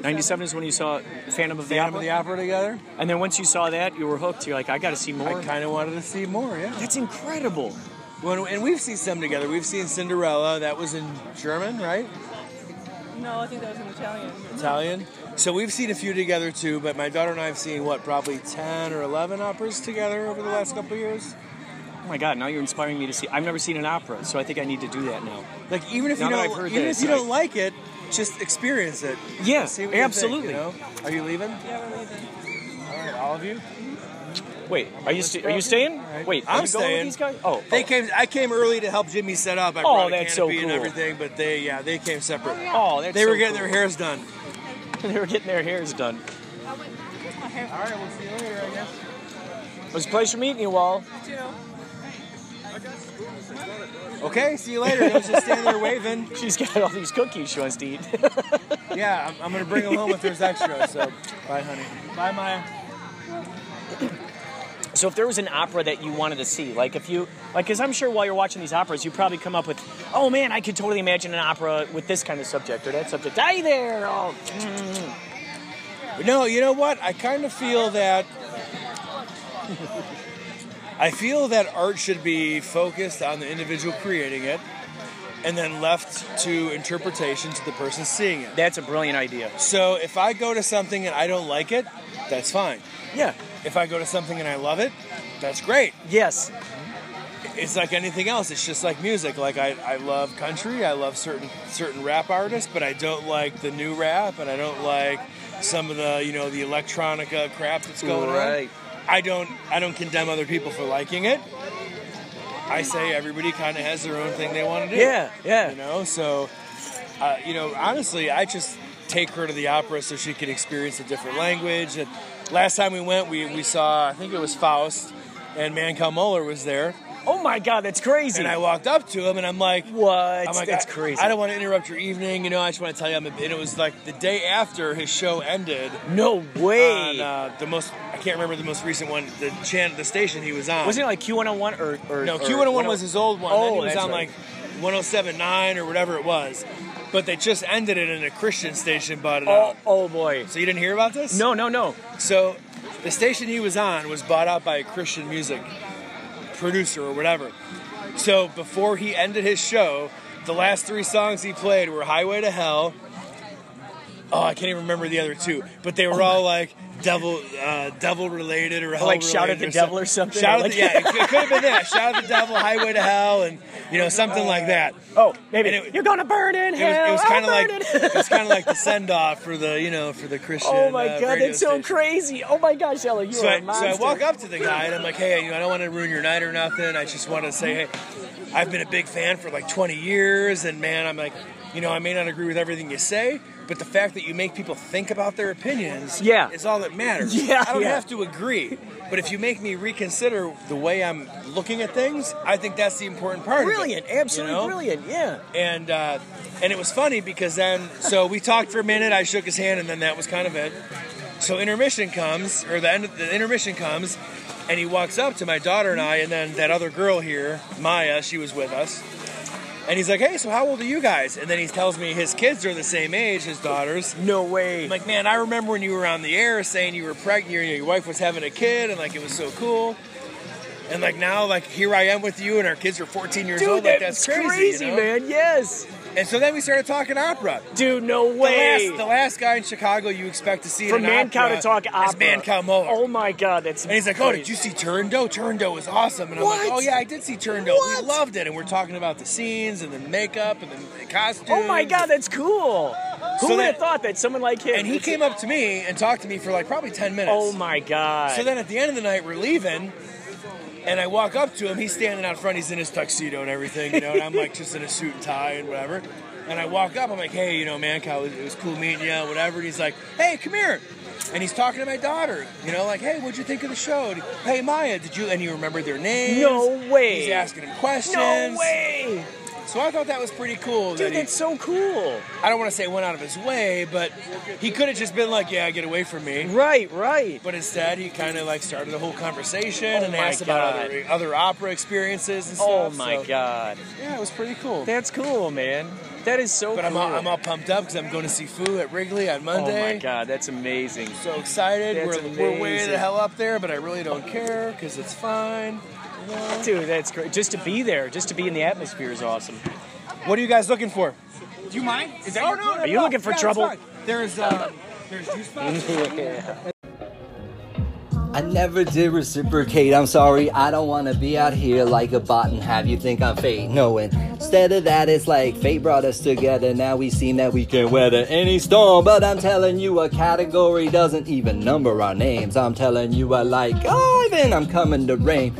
Speaker 2: 97 is when you saw Phantom of the
Speaker 9: Phantom of
Speaker 2: Opera.
Speaker 9: the Opera together?
Speaker 2: And then once you saw that, you were hooked. You're like, I gotta see
Speaker 9: I
Speaker 2: more.
Speaker 9: kind of wanted to see more, yeah.
Speaker 2: That's incredible.
Speaker 9: When, and we've seen some together. We've seen Cinderella, that was in German, right?
Speaker 7: No, I think that was an Italian.
Speaker 9: Italian. So we've seen a few together too, but my daughter and I have seen what probably ten or eleven operas together over the last couple of years.
Speaker 2: Oh my god, now you're inspiring me to see. I've never seen an opera, so I think I need to do that now.
Speaker 9: Like even if
Speaker 2: Now
Speaker 9: you
Speaker 2: that
Speaker 9: don't,
Speaker 2: I've heard
Speaker 9: even
Speaker 2: that,
Speaker 9: if you
Speaker 2: it's
Speaker 9: don't like it, just experience it.
Speaker 2: Yeah,
Speaker 9: See what you think,
Speaker 2: absolutely.
Speaker 9: you know? Are you leaving?
Speaker 7: Yeah, we're leaving.
Speaker 9: All right, all of you.
Speaker 2: Wait, are you st- are you staying?
Speaker 9: right.
Speaker 2: Wait,
Speaker 9: I'm
Speaker 2: are you going with
Speaker 9: staying.
Speaker 2: these guys? Oh,
Speaker 9: They came. I came early to help Jimmy set up. I oh, brought a
Speaker 2: that's so
Speaker 9: canopy and
Speaker 2: cool.
Speaker 9: everything, but they yeah they came separate.
Speaker 2: oh, that's
Speaker 9: They
Speaker 2: so
Speaker 9: were getting
Speaker 2: cool.
Speaker 9: their hairs done.
Speaker 2: they were getting their hairs done.
Speaker 9: All right, we'll see you later, I guess.
Speaker 2: It was a pleasure meeting you all.
Speaker 7: You too.
Speaker 9: Okay, see you later. I was just standing there waving.
Speaker 2: She's got all these cookies she wants to eat.
Speaker 9: yeah, I'm, I'm gonna bring them home if there's extra. So, bye, honey. Bye, Maya.
Speaker 2: So if there was an opera that you wanted to see, like if you, like, because I'm sure while you're watching these operas, you probably come up with, oh man, I could totally imagine an opera with this kind of subject or that subject. Hi there. Oh. mm.
Speaker 9: No, you know what? I kind of feel that. I feel that art should be focused on the individual creating it and then left to interpretation to the person seeing it.
Speaker 2: That's a brilliant idea.
Speaker 9: So if I go to something and I don't like it, that's fine.
Speaker 2: Yeah.
Speaker 9: If I go to something and I love it, that's great.
Speaker 2: Yes.
Speaker 9: It's like anything else. It's just like music. Like I, I love country. I love certain certain rap artists, but I don't like the new rap, and I don't like some of the you know the electronica crap that's going
Speaker 2: Right.
Speaker 9: on. I don't I don't condemn other people for liking it. I say everybody kind of has their own thing they want to do.
Speaker 2: Yeah, yeah.
Speaker 9: You know, so uh, you know, honestly, I just take her to the opera so she can experience a different language. And last time we went, we we saw I think it was Faust, and Mancal Muller was there.
Speaker 2: Oh my God, that's crazy!
Speaker 9: And I walked up to him and I'm like,
Speaker 2: "What?
Speaker 9: I'm like,
Speaker 2: That's
Speaker 9: I-
Speaker 2: crazy."
Speaker 9: I don't want to interrupt your evening. You know, I just want to tell you, I'm. A, and it was like the day after his show ended.
Speaker 2: No way.
Speaker 9: On, uh, the most, I can't remember the most recent one. The chan, the station he was on.
Speaker 2: Wasn't it like Q101 or, or or
Speaker 9: No, Q101 was his old one.
Speaker 2: Oh,
Speaker 9: then he was
Speaker 2: that's
Speaker 9: on
Speaker 2: right.
Speaker 9: like 107.9 or whatever it was. But they just ended it and a Christian station bought it
Speaker 2: Oh,
Speaker 9: out.
Speaker 2: oh boy.
Speaker 9: So you didn't hear about this?
Speaker 2: No, no, no.
Speaker 9: So the station he was on was bought out by a Christian music producer or whatever. So before he ended his show, the last three songs he played were Highway to Hell. Oh, I can't even remember the other two, but they were all like devil, uh, devil related or hell
Speaker 2: Like Shout at
Speaker 9: related
Speaker 2: the
Speaker 9: or
Speaker 2: Devil or something,
Speaker 9: Shout
Speaker 2: or
Speaker 9: at
Speaker 2: like-
Speaker 9: the, yeah, it, could have been that. Shout at the devil, Highway to Hell, and you know something like that.
Speaker 2: Oh, maybe
Speaker 9: And it-
Speaker 2: you're gonna burn in
Speaker 9: It was,
Speaker 2: hell.
Speaker 9: it was
Speaker 2: I'll
Speaker 9: kind of
Speaker 2: burn
Speaker 9: like
Speaker 2: in
Speaker 9: it was kind of like the send off for the you know for the Christian.
Speaker 2: Oh my
Speaker 9: uh,
Speaker 2: god,
Speaker 9: radio
Speaker 2: that's so
Speaker 9: station.
Speaker 2: crazy! Oh my gosh, Ella, you
Speaker 9: So
Speaker 2: are
Speaker 9: I,
Speaker 2: a
Speaker 9: so
Speaker 2: monster.
Speaker 9: I walk up to the guy and I'm like, hey, you know, I don't want to ruin your night or nothing. I just want to say, hey, I've been a big fan for like 20 years, and man, I'm like, you know, I may not agree with everything you say, but the fact that you make people think about their opinions
Speaker 2: Yeah.
Speaker 9: is all that matters.
Speaker 2: Yeah,
Speaker 9: I don't
Speaker 2: yeah.
Speaker 9: have to agree, but if you make me reconsider the way I'm looking at things, I think that's the important part. of it,
Speaker 2: Brilliant,
Speaker 9: you
Speaker 2: absolutely
Speaker 9: know?
Speaker 2: brilliant. Yeah.
Speaker 9: And uh, and it was funny because then so we talked for a minute. I shook his hand, and then that was kind of it. So intermission comes, or the end of the intermission comes, and he walks up to my daughter and I, and then that other girl here, Maya, she was with us. And he's like, "Hey, so how old are you guys?" And then he tells me his kids are the same age, his daughters.
Speaker 2: No way.
Speaker 9: I'm like, man, I remember when you were on the air saying you were pregnant, your, your wife was having a kid, and like it was so cool. And like now, like here I am with you, and our kids are 14 years
Speaker 2: Dude,
Speaker 9: old. Like
Speaker 2: that's
Speaker 9: that's
Speaker 2: crazy,
Speaker 9: you know?
Speaker 2: man. Yes.
Speaker 9: And so then we started talking opera.
Speaker 2: Dude, no
Speaker 9: The
Speaker 2: way.
Speaker 9: last, the last guy in Chicago you expect to see
Speaker 2: For
Speaker 9: in an
Speaker 2: Mancow
Speaker 9: opera
Speaker 2: to talk opera.
Speaker 9: is Mancow Muller.
Speaker 2: Oh my god, that's.
Speaker 9: and he's like, "Oh, did you see Turando? Turando is awesome." And I'm like,
Speaker 2: What?
Speaker 9: "Oh yeah, I did see Turando.
Speaker 2: What?
Speaker 9: We loved it." And we're talking about the scenes and the makeup and the, the costume.
Speaker 2: Oh my god, that's cool. Who
Speaker 9: So
Speaker 2: would have
Speaker 9: that-
Speaker 2: thought that someone like him?
Speaker 9: And he
Speaker 2: That's-
Speaker 9: came up to me and talked to me for like probably ten minutes.
Speaker 2: Oh my god.
Speaker 9: So then at the end of the night, we're leaving, and I walk up to him. He's standing out front. He's in his tuxedo and everything, you know, and I'm like just in a suit and tie and whatever. And I walk up. I'm like, hey, you know, man, Kyle, it was cool meeting you, whatever. And he's like, hey, come here. And he's talking to my daughter, you know, like, hey, what'd you think of the show? And, hey, Maya, did you? And he remembered their names.
Speaker 2: No way.
Speaker 9: He's asking him questions.
Speaker 2: no way.
Speaker 9: So I thought that was pretty cool. that
Speaker 2: Dude,
Speaker 9: he-
Speaker 2: that's so cool.
Speaker 9: I don't want to say went out of his way, but he could have just been like, yeah, get away from me.
Speaker 2: Right, right.
Speaker 9: But instead, he kind of like started a whole conversation
Speaker 2: Oh
Speaker 9: and
Speaker 2: my
Speaker 9: asked about
Speaker 2: God.
Speaker 9: other, other opera experiences and stuff.
Speaker 2: Oh my
Speaker 9: so,
Speaker 2: god.
Speaker 9: Yeah, it was pretty cool.
Speaker 2: That's cool, man. That is so
Speaker 9: But I'm
Speaker 2: cool.
Speaker 9: all, I'm all pumped up because I'm going to see Foo at Wrigley on Monday.
Speaker 2: Oh my god, that's amazing.
Speaker 9: So excited.
Speaker 2: That's
Speaker 9: we're, we're way
Speaker 2: amazing.
Speaker 9: the hell up there, but I really don't care because it's fine. you know?
Speaker 2: Dude, that's great. Just to be there, just to be in the atmosphere is awesome.
Speaker 9: What are you guys looking for?
Speaker 1: Do you mind? Is that
Speaker 9: Oh,
Speaker 1: your
Speaker 9: no, no,
Speaker 2: Are you
Speaker 9: no.
Speaker 2: looking for
Speaker 9: Yeah, it's
Speaker 2: trouble?
Speaker 9: fine. There's, uh, there's juice box.
Speaker 4: I never did reciprocate. I'm sorry. I don't want to be out here like a bot and have you think I'm fake. No, instead of that, it's like fate brought us together. Now we seem that we can weather any storm. But I'm telling you, a category doesn't oh, even number our names. I'm telling you, I like Ivan. I'm coming to reign.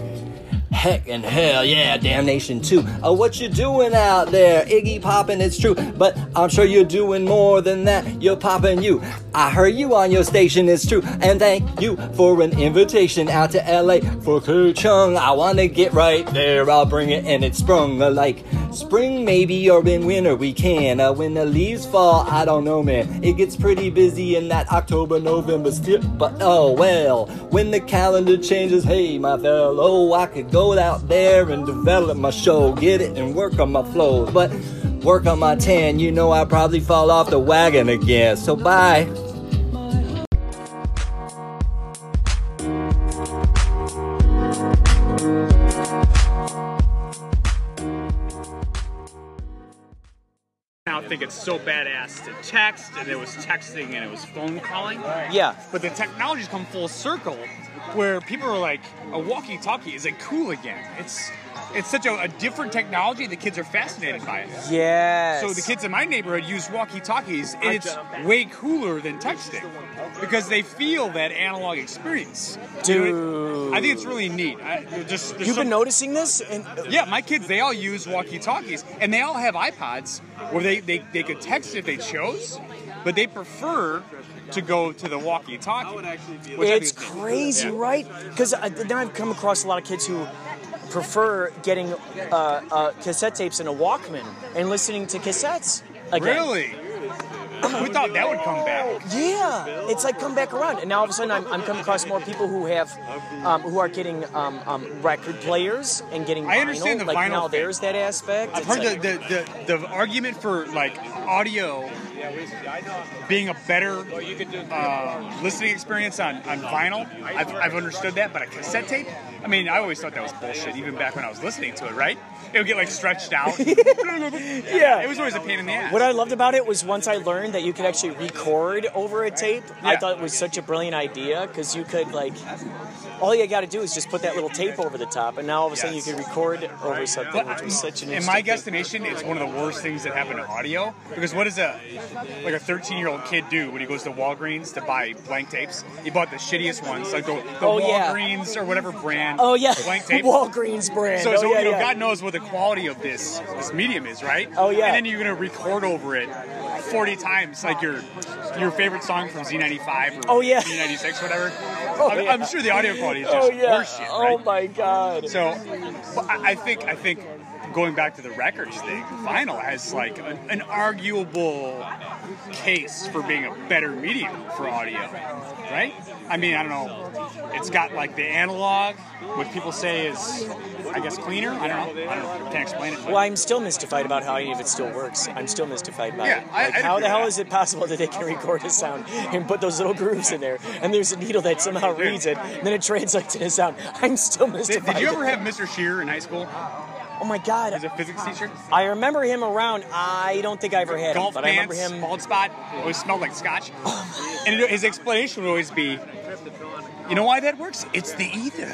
Speaker 4: heck and hell yeah, Damnation 2. Uh, what you doing out there? Iggy popping, it's true, but I'm sure you're doing more than that. You're popping you. I heard you on your station, it's true, and thank you for an invitation out to LA for Ku Chung. I wanna get right there, I'll bring it, and it's sprung uh, like spring maybe or in winter we can. Uh, when the leaves fall, I don't know, man. It gets pretty busy in that October, November still, but oh well. When the calendar changes, hey, my fellow, I could go out there and develop my show, get it, and work on my flow. But work on my tan, you know, I probably fall off the wagon again. So bye.
Speaker 10: now think it's so badass to text, and it was texting and it was phone calling.
Speaker 2: Yeah.
Speaker 10: But the technology's come full circle where people are like, a walkie talkie is like cool again. It's it's such a, a different technology, the kids are fascinated by it.
Speaker 2: Yes.
Speaker 10: So the kids in my neighborhood use walkie talkies, and it's way cooler than texting because they feel that analog experience.
Speaker 2: Dude.
Speaker 10: I think it's really neat. I, just,
Speaker 2: You've been noticing this? And,
Speaker 10: yeah, my kids, they all use walkie talkies, and they all have iPods where they, they, they could text if they chose, but they prefer to go to the walkie talkie.
Speaker 2: it's crazy, right? Because then I've come across a lot of kids who prefer getting uh, uh, cassette tapes in a Walkman and listening to cassettes. Again.
Speaker 10: Really? We thought that would come back.
Speaker 2: Yeah, it's like come back around, and now all of a sudden I'm, I'm coming across more people who have, um, who are getting um, um, record players and getting.
Speaker 10: I understand
Speaker 2: vinyl.
Speaker 10: the
Speaker 2: like,
Speaker 10: vinyl
Speaker 2: Now
Speaker 10: thing.
Speaker 2: there's that aspect.
Speaker 10: I've
Speaker 2: It's
Speaker 10: heard
Speaker 2: like-
Speaker 10: the, the, the, the argument for like audio being a better uh, listening experience on, on vinyl. I've, I've understood that, but a cassette tape. I mean, I always thought that was bullshit, even back when I was listening to it. Right? It would get like stretched out. yeah, it was always a pain in the ass.
Speaker 2: What I loved about it was once I learned that you could actually record over a tape. I
Speaker 10: Yeah.
Speaker 2: thought it was such a brilliant idea because you could like, all you got to do is just put that little tape over the top, and now all of a sudden you can record over something, which was such an
Speaker 10: uh, in
Speaker 2: interesting.
Speaker 10: my guesstimation, it's one of the worst things that happened to audio. Because what does a like a 13 year old kid do when he goes to Walgreens to buy blank tapes? He bought the shittiest ones, like the, the
Speaker 2: Oh, yeah.
Speaker 10: Walgreens or whatever brand.
Speaker 2: oh yeah,
Speaker 10: blank tape.
Speaker 2: Walgreens brand.
Speaker 10: So,
Speaker 2: oh,
Speaker 10: so
Speaker 2: yeah,
Speaker 10: you know,
Speaker 2: yeah.
Speaker 10: God knows what the quality of this this medium is, right?
Speaker 2: Oh, yeah.
Speaker 10: And then you're gonna record over it 40 times, like your your favorite song from Z95 or
Speaker 2: Oh, yeah.
Speaker 10: Z96, whatever.
Speaker 2: Oh,
Speaker 10: I'm,
Speaker 2: yeah.
Speaker 10: I'm sure the audio quality is just
Speaker 2: Oh yeah.
Speaker 10: horseshit, right?
Speaker 2: Oh my god.
Speaker 10: So, well, I I think I think going back to the records thing, vinyl has like an, an arguable case for being a better medium for audio, right? I mean, I don't know. It's got like the analog, what people say is, I guess, cleaner. I don't know. I don't know. Can't explain it. but-
Speaker 2: Well, I'm still mystified about how any of it still works. I'm still mystified by
Speaker 10: Yeah,
Speaker 2: it.
Speaker 10: I-
Speaker 2: Like,
Speaker 10: I'd
Speaker 2: how
Speaker 10: agree
Speaker 2: the
Speaker 10: with
Speaker 2: hell
Speaker 10: that.
Speaker 2: is it possible that they can record a sound and put those little grooves in there, and there's a needle that somehow reads it, and then it translates it as sound? I'm still
Speaker 10: Did,
Speaker 2: mystified.
Speaker 10: did you ever have Mr. Shear in high school?
Speaker 2: Oh my god.
Speaker 10: He's a physics teacher.
Speaker 2: I remember him around. I don't think I ever had
Speaker 10: Golf
Speaker 2: him, but
Speaker 10: pants,
Speaker 2: I remember him.
Speaker 10: bald spot, always smelled like scotch. and it- his explanation would always be, you know why that works? It's the ether.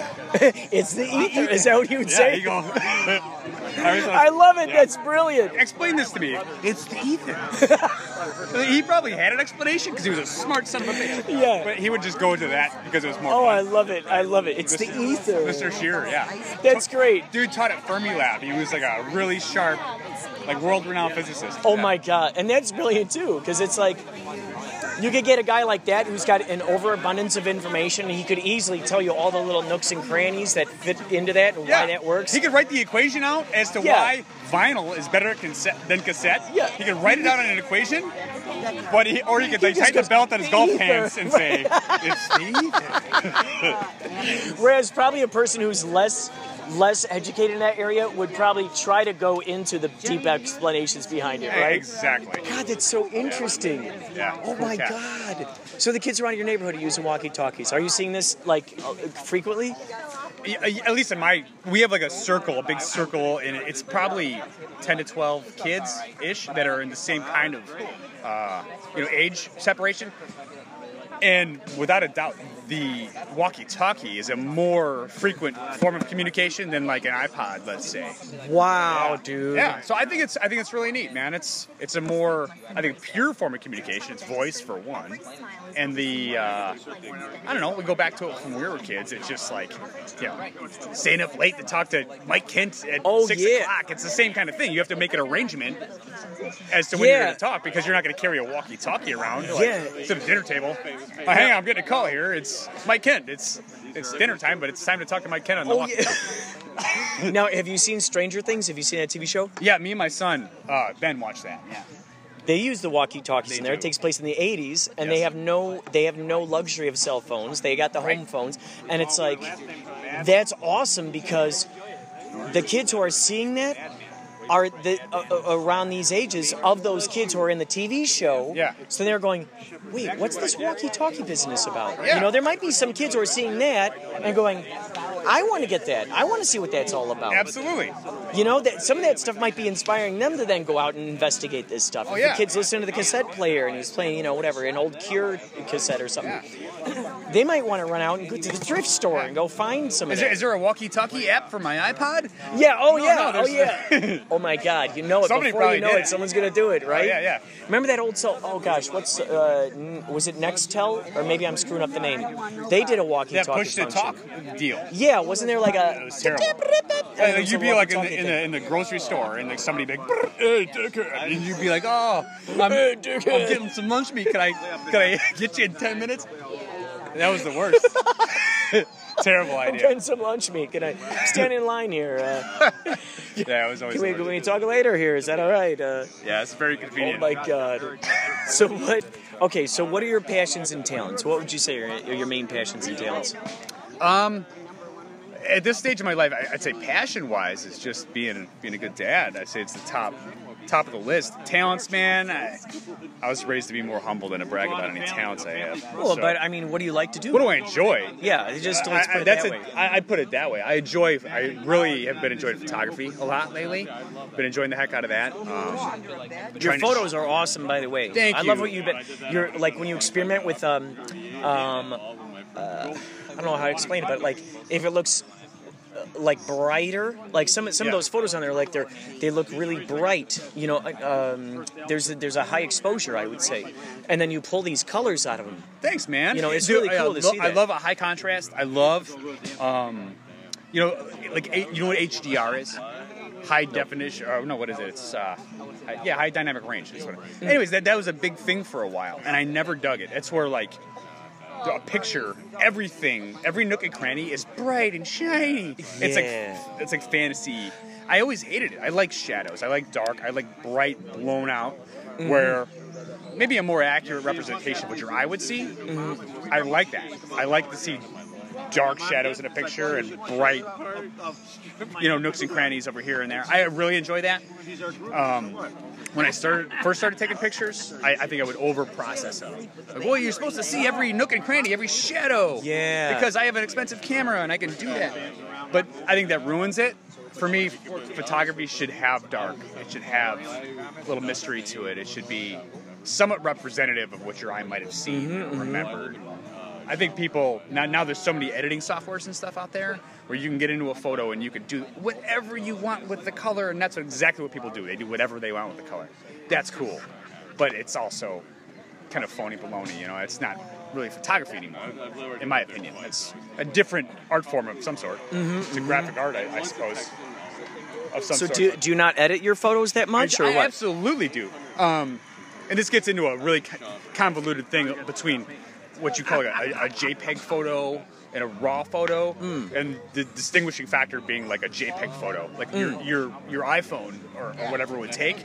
Speaker 2: It's the ether. Is that what you would
Speaker 10: Yeah,
Speaker 2: say?
Speaker 10: you go. I,
Speaker 2: I love it. That's brilliant.
Speaker 10: Explain this to me. It's the ether. he probably had an explanation because he was a smart son of a bitch.
Speaker 2: Yeah.
Speaker 10: But he would just go to that because it was more
Speaker 2: Oh, I
Speaker 10: fun.
Speaker 2: love it. I love it. It's the ether.
Speaker 10: Mr. Shearer, yeah.
Speaker 2: That's great.
Speaker 10: Dude taught at Fermilab. He was like a really sharp, like world-renowned physicist.
Speaker 2: Oh my god, and that's brilliant too, because it's like you could get a guy like that who's got an overabundance of information, and he could easily tell you all the little nooks and crannies that fit into that and
Speaker 10: Yeah.
Speaker 2: why that works.
Speaker 10: He could write the equation out as to
Speaker 2: Yeah.
Speaker 10: why vinyl is better consa- than cassette.
Speaker 2: Yeah.
Speaker 10: He could write it out in an equation, but he, or he could
Speaker 2: He
Speaker 10: like
Speaker 2: just
Speaker 10: tighten
Speaker 2: goes,
Speaker 10: the belt on his
Speaker 2: "The
Speaker 10: golf
Speaker 2: ether."
Speaker 10: pants and say, "It's the ether."
Speaker 2: Whereas probably a person who's less less educated in that area would probably try to go into the deep explanations behind it, right?
Speaker 10: Exactly.
Speaker 2: God, that's so interesting.
Speaker 10: Yeah.
Speaker 2: Oh my
Speaker 10: Yeah.
Speaker 2: god. So the kids around your neighborhood are using walkie-talkies. Are you seeing this like uh, frequently?
Speaker 10: Yeah, At least in my, we have like a circle, a big circle, and it's probably ten to twelve kids ish that are in the same kind of, uh, you know, age separation. And without a doubt, the walkie-talkie is a more frequent form of communication than like an iPod, let's say.
Speaker 2: Wow, dude.
Speaker 10: Yeah, so I think it's I think it's really neat, man. It's it's a more I think pure form of communication. It's voice for one, and the uh, I don't know. We go back to it when we were kids. It's just like you know, staying up late to talk to Mike Kent at
Speaker 2: Oh,
Speaker 10: six o'clock. It's the same kind of thing. You have to make an arrangement as to when you're
Speaker 2: Yeah.
Speaker 10: going to talk because you're not going to carry a walkie-talkie around like,
Speaker 2: Yeah.
Speaker 10: to the dinner table. Oh, hang on, I'm getting a call here. It's Mike Kent. It's it's dinner time, but it's time to talk to Mike Kent on the
Speaker 2: Oh,
Speaker 10: walkie-talkie.
Speaker 2: now, have you seen Stranger Things? Have you seen that TV show?
Speaker 10: Yeah, me and my son, uh, Ben, watched that. Yeah.
Speaker 2: They use the walkie-talkies in there. It takes place in the 80s, and they have no they have no luxury of cell phones. They got the home phones, and it's like that's awesome because the kids who are seeing that are the uh, uh, around these ages of those kids who are in the TV show. Yeah. So they're going, wait, what's this walkie-talkie business about? You know, there might be some kids who are seeing that and going, I want to get that. I want to see what that's all about.
Speaker 10: Absolutely.
Speaker 2: You know that some of that stuff might be inspiring them to then go out and investigate this stuff.
Speaker 10: Oh,
Speaker 2: if
Speaker 10: yeah.
Speaker 2: the kids listen to the cassette player and he's playing, you know, whatever, an old Cure cassette or something, they might want to run out and go to the thrift store and go find some
Speaker 10: Is
Speaker 2: of
Speaker 10: there,
Speaker 2: that.
Speaker 10: is there a walkie-talkie app for my iPod?
Speaker 2: Yeah. Oh
Speaker 10: No,
Speaker 2: yeah.
Speaker 10: no,
Speaker 2: oh
Speaker 10: there's-
Speaker 2: yeah. oh my God. You know it
Speaker 10: Somebody
Speaker 2: before
Speaker 10: probably
Speaker 2: you know
Speaker 10: did
Speaker 2: it.
Speaker 10: it.
Speaker 2: Someone's gonna do it, right?
Speaker 10: yeah, yeah.
Speaker 2: Remember that old cell? Oh gosh, what's uh, n- was it Nextel or maybe I'm screwing up the name? They did a walkie-talkie.
Speaker 10: That push-to-talk deal.
Speaker 2: Yeah. Wasn't there like a? It
Speaker 10: was terrible.
Speaker 2: And
Speaker 10: And
Speaker 2: it's
Speaker 10: you'd
Speaker 2: a
Speaker 10: be like in
Speaker 2: walkie-talkie
Speaker 10: the, in
Speaker 2: thing.
Speaker 10: the in the grocery store, and like uh, somebody big, hey, dickhead, and you'd be like, oh, I'm,
Speaker 9: Hey,
Speaker 10: I'm
Speaker 9: dickhead.
Speaker 10: getting some lunch meat. Can I can I get you in ten minutes? That was the worst. Terrible
Speaker 2: I'm
Speaker 10: idea.
Speaker 2: getting some lunch meat. Can I stand in line here? Uh,
Speaker 10: Yeah, it was always.
Speaker 2: can,
Speaker 10: the
Speaker 2: we,
Speaker 10: worst.
Speaker 2: can we talk later here? Is that all right? Uh,
Speaker 10: Yeah, it's very
Speaker 2: oh
Speaker 10: convenient.
Speaker 2: my god. So what? Okay, so what are your passions and talents? What would you say are your main passions and talents?
Speaker 10: Um, at this stage of my life, I- I'd say passion-wise is just being being a good dad. I'd say it's the top top of the list. Talents, man. I, I was raised to be more humble than to brag about any talents I have.
Speaker 2: Well,
Speaker 10: so-
Speaker 2: but I mean, what do you like to do?
Speaker 10: What do I enjoy?
Speaker 2: Yeah, it just let's
Speaker 10: I- I-
Speaker 2: put it
Speaker 10: that's
Speaker 2: that
Speaker 10: a-
Speaker 2: way.
Speaker 10: I, I put it that way. I enjoy. I really have been enjoying photography a lot lately. Been enjoying the heck out of that. Um,
Speaker 2: Your
Speaker 10: trying to-
Speaker 2: photos are awesome, by the way.
Speaker 10: Thank
Speaker 2: I love
Speaker 10: you.
Speaker 2: what you've been. You're like when you experiment with um, um, uh, I don't know how to explain it, but like if it looks uh, like brighter, like some some of those photos on there, like they're they look really bright. You know, uh, um, there's a, there's a high exposure, I would say, and then you pull these colors out of them.
Speaker 10: Thanks, man.
Speaker 2: You know, it's
Speaker 10: Dude,
Speaker 2: really
Speaker 10: I,
Speaker 2: cool
Speaker 10: uh,
Speaker 2: to
Speaker 10: lo-
Speaker 2: see
Speaker 10: I
Speaker 2: that.
Speaker 10: love a high contrast. I love, um, you know, like eh, you know what HDR is? High definition. Or no, what is it? It's uh, hi- yeah, high dynamic range. Is what it- Anyways, that that was a big thing for a while, and I never dug it. That's where like. A picture, everything, every nook and cranny is bright and shiny. It's
Speaker 2: Yeah.
Speaker 10: like it's like fantasy. I always hated it. I like shadows. I like dark. I like bright, blown out,
Speaker 9: Mhm.
Speaker 10: where maybe a more accurate representation of what your eye would see. I like that. I like to see dark shadows in a picture and bright, you know, nooks and crannies over here and there. I really enjoy that. Um, when I started first started taking pictures, I, I think I would over process them. Like, well, you're supposed to see every nook and cranny, every shadow.
Speaker 2: Yeah.
Speaker 10: Because I have an expensive camera and I can do that. But I think that ruins it. For me, photography should have dark. It should have a little mystery to it. It should be somewhat representative of what your eye might have seen
Speaker 9: Mhm,
Speaker 10: or
Speaker 9: mhm.
Speaker 10: remembered. I think people now now there's so many editing softwares and stuff out there where you can get into a photo and you can do whatever you want with the color, and that's what, exactly what people do. They do whatever they want with the color. That's cool, but it's also kind of phony baloney. You know, it's not really photography anymore, in my opinion. It's a different art form of some sort.
Speaker 2: Mhm,
Speaker 10: It's a graphic art, I, I suppose, of some
Speaker 2: So
Speaker 10: sort.
Speaker 2: do you- do you not edit your photos that much,
Speaker 10: I,
Speaker 2: or
Speaker 10: I
Speaker 2: what?
Speaker 10: absolutely do. Um, and this gets into a really co- convoluted thing between what you call a, a, a JPEG photo and a RAW photo, and the distinguishing factor being like a JPEG photo, like your,
Speaker 9: Mm.
Speaker 10: your your iPhone or, or whatever it would take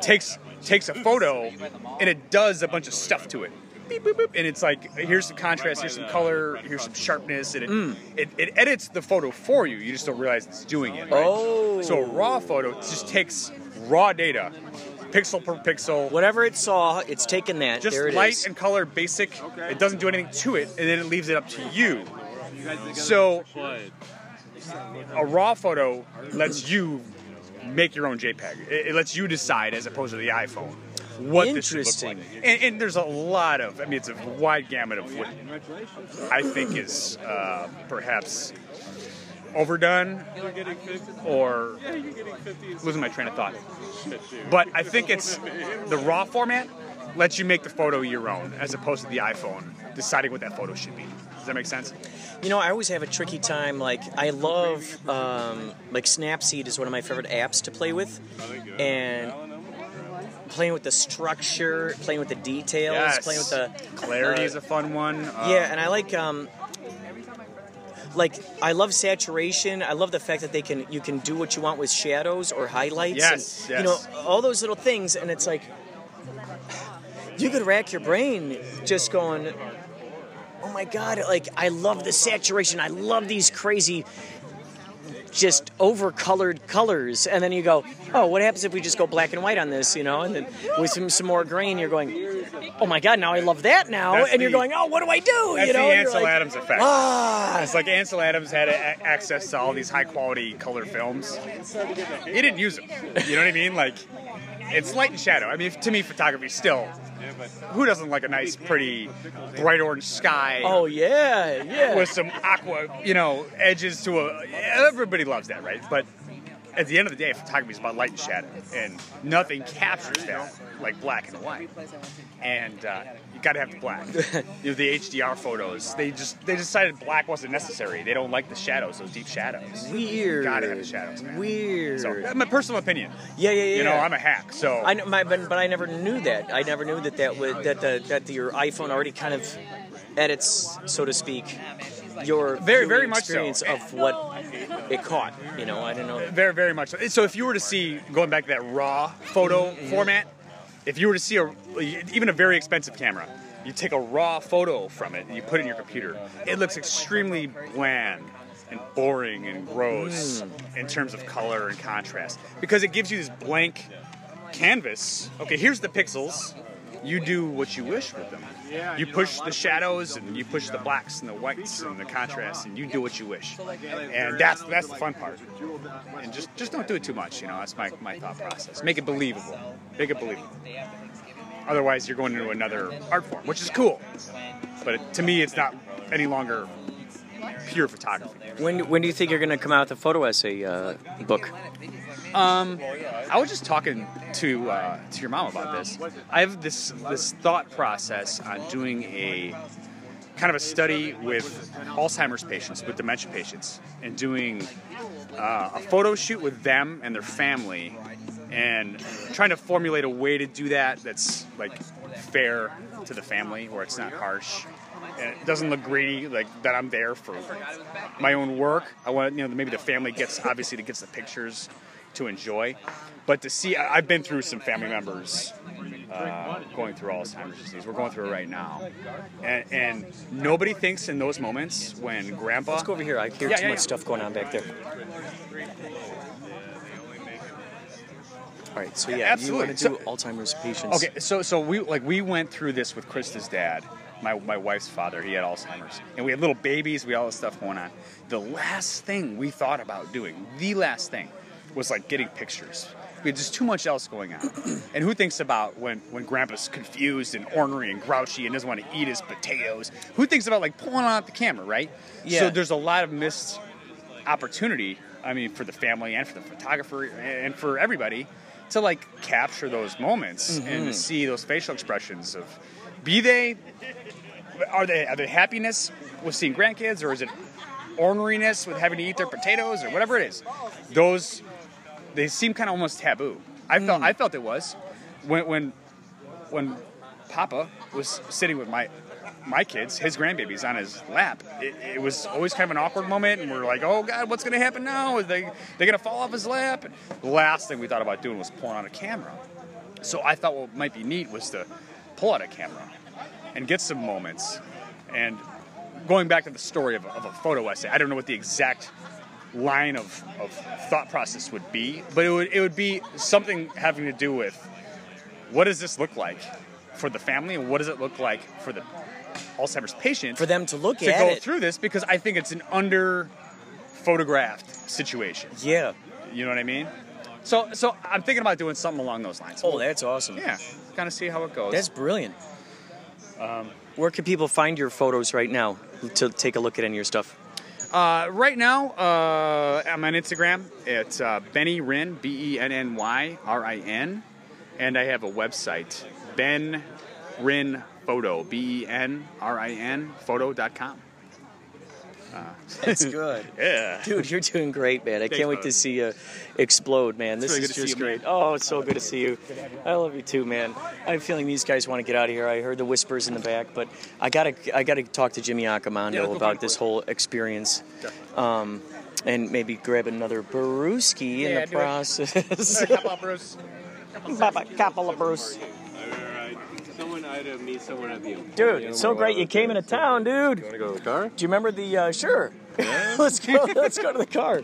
Speaker 10: takes takes a photo and it does a bunch of stuff to it. Beep, boop, boop. And it's like here's some contrast, here's some color, here's some sharpness, and it,
Speaker 9: Mm.
Speaker 10: it, it edits the photo for you. You just don't realize it's doing it. Right?
Speaker 2: Oh.
Speaker 10: So a raw photo just takes raw data, pixel per pixel.
Speaker 2: Whatever it saw, it's taken that.
Speaker 10: Just
Speaker 2: there it
Speaker 10: light
Speaker 2: is.
Speaker 10: and color, basic. It doesn't do anything to it, and then it leaves it up to you. So a raw photo lets you make your own JPEG. It, it lets you decide as opposed to the iPhone. what this should look like.
Speaker 9: Interesting.
Speaker 10: And, and there's a lot of, I mean, it's a wide gamut of what I think is uh, perhaps overdone or losing my train of thought. But I think it's the raw format lets you make the photo your own as opposed to the iPhone deciding what that photo should be. Does that make sense?
Speaker 2: You know, I always have a tricky time. Like, I love, um, like, Snapseed is one of my favorite apps to play with. And playing with the structure, playing with the details,
Speaker 10: Yes.
Speaker 2: playing with the
Speaker 10: Clarity
Speaker 2: uh,
Speaker 10: is a fun one. Uh,
Speaker 2: yeah, and I like um, like I love saturation. I love the fact that they can you can do what you want with shadows or highlights.
Speaker 10: Yes,
Speaker 2: and,
Speaker 10: yes.
Speaker 2: You know all those little things, and it's like you could rack your brain just going. Oh my god! Like I love the saturation. I love these crazy, just over-colored colors. And then you go, oh, what happens if we just go black and white on this? You know, and then with some, some more green, you're going, oh my god! Now I love that now.
Speaker 10: That's
Speaker 2: and you're
Speaker 10: the-
Speaker 2: going, oh, what do I do?
Speaker 10: That's
Speaker 2: you know,
Speaker 10: the
Speaker 2: And you're
Speaker 10: Ansel
Speaker 2: like,
Speaker 10: Adams effect.
Speaker 2: Ah.
Speaker 10: It's like Ansel Adams had a- access to all these high quality color films. He didn't use them. You know what I mean? Like, it's light and shadow. I mean, to me, photography still. Who doesn't like a nice, pretty, bright orange sky?
Speaker 2: Oh yeah, yeah.
Speaker 10: With some aqua, you know, edges to a. Everybody loves that, right? But at the end of the day, photography is about light and shadow, and nothing captures that like black and white. And uh, you got to have the black. you know, the HDR photos. They just they decided black wasn't necessary. They don't like the shadows, those deep shadows.
Speaker 2: Weird.
Speaker 10: Got to have the shadows, man.
Speaker 2: Weird.
Speaker 10: So, that's my personal opinion.
Speaker 2: Yeah, yeah, yeah.
Speaker 10: You know,
Speaker 2: yeah.
Speaker 10: I'm a hack, so
Speaker 2: I know, my, but, but I never knew that. I never knew that that would that the that your iPhone already kind of edits, so to speak, your
Speaker 10: Very,
Speaker 2: viewing
Speaker 10: very much so.
Speaker 2: experience of what it caught. You know, I don't know.
Speaker 10: Very, very much so. So if you were to see, going back to that raw photo
Speaker 2: Mm-hmm.
Speaker 10: format, if you were to see a even a very expensive camera, you take a raw photo from it and you put it in your computer, it looks extremely bland and boring and gross in terms of color and contrast because it gives you this blank canvas. Okay, here's the pixels. You do what you wish with them. You push the shadows and you push the blacks and the whites and the contrast and you do what you wish. And that's that's the fun part. And just just don't do it too much, you know. That's my, my thought process. Make it believable. Make it believable. Otherwise, you're going into another art form, which is cool. But it, to me, it's not any longer pure photography.
Speaker 2: When when do you think you're going to come out with a photo essay uh, book?
Speaker 10: Um, I was just talking to uh, to your mom about this. I have this this thought process on doing a kind of a study with Alzheimer's patients, with dementia patients, and doing uh, a photo shoot with them and their family, and trying to formulate a way to do that that's like fair to the family, where it's not harsh. And it doesn't look greedy, like that I'm there for my own work. I want you know maybe the family gets obviously that gets the pictures to enjoy, but to see I- I've been through some family members uh, going through Alzheimer's disease. We're going through it right now, and, and nobody thinks in those moments when Grandpa. Let's go
Speaker 2: over here. I hear too much stuff going on back there. All right, so yeah,
Speaker 10: Absolutely.
Speaker 2: you want to do
Speaker 10: So-
Speaker 2: Alzheimer's patients.
Speaker 10: Okay, so so we like we went through this with Krista's dad, my my wife's father. He had Alzheimer's, and we had little babies. We had all this stuff going on. The last thing we thought about doing, the last thing, was like getting pictures. We had just too much else going on. And who thinks about when when Grandpa's confused and ornery and grouchy and doesn't want to eat his potatoes? Who thinks about like pulling out the camera, right? So
Speaker 9: Yeah.
Speaker 10: there's a lot of missed opportunity. I mean, for the family and for the photographer and for everybody to like capture those moments and to
Speaker 9: Mhm.
Speaker 10: see those facial expressions of, be they, are they are they happiness with seeing grandkids or is it orneriness with having to eat their potatoes or whatever it is? Those they seem kind of almost taboo. I felt
Speaker 2: Mm.
Speaker 10: I felt it was when when when Papa was sitting with my my kids, his grandbabies, on his lap. It, it was always kind of an awkward moment, and we are like, "Oh God, what's going to happen now? Are they they going to fall off his lap?" The last thing we thought about doing was pulling out a camera. So I thought what might be neat was to pull out a camera and get some moments. And going back to the story of a, of a photo essay, I don't know what the exact line of, of thought process would be, but it would it would be something having to do with what does this look like for the family and what does it look like for the Alzheimer's patient for
Speaker 2: them to look
Speaker 10: to
Speaker 2: at
Speaker 10: go
Speaker 2: it.
Speaker 10: through this because I think it's an under photographed situation.
Speaker 2: Yeah.
Speaker 10: You know what I mean? So, so I'm thinking about doing something along those lines.
Speaker 2: Oh, that's awesome.
Speaker 10: Yeah, kind of see how it goes.
Speaker 2: That's brilliant.
Speaker 10: Um,
Speaker 2: Where can people find your photos right now to take a look at any of your stuff?
Speaker 10: Uh, right now, uh, I'm on Instagram. It's uh, Benny Rin, B E N N Y R I N. And I have a website, Ben Rin Photo, B E N R I N photo.com. Uh,
Speaker 2: That's good.
Speaker 10: yeah.
Speaker 2: Dude, you're doing great, man. I
Speaker 10: Thanks,
Speaker 2: can't wait
Speaker 10: bud.
Speaker 2: to see you explode, man.
Speaker 10: It's
Speaker 2: This
Speaker 10: really
Speaker 2: is
Speaker 10: good to see
Speaker 2: just
Speaker 10: you, man.
Speaker 2: great. Oh, it's so good to see you. I love you too, man. I have a feeling these guys want to get out of here. I heard the whispers in the back, but I gotta I gotta talk to Jimmy
Speaker 9: Yeah,
Speaker 2: Accomando
Speaker 9: let's go
Speaker 2: about this whole experience. Um, and maybe grab another brewski in
Speaker 9: Yeah,
Speaker 2: the
Speaker 9: do it.
Speaker 2: process.
Speaker 10: Bruce.
Speaker 2: Papa couple of Bruce.
Speaker 11: Someone Ida meet someone of you.
Speaker 2: Dude, it's so great you came into town, dude. Do you remember the? Uh, sure. let's go. Let's go to the car.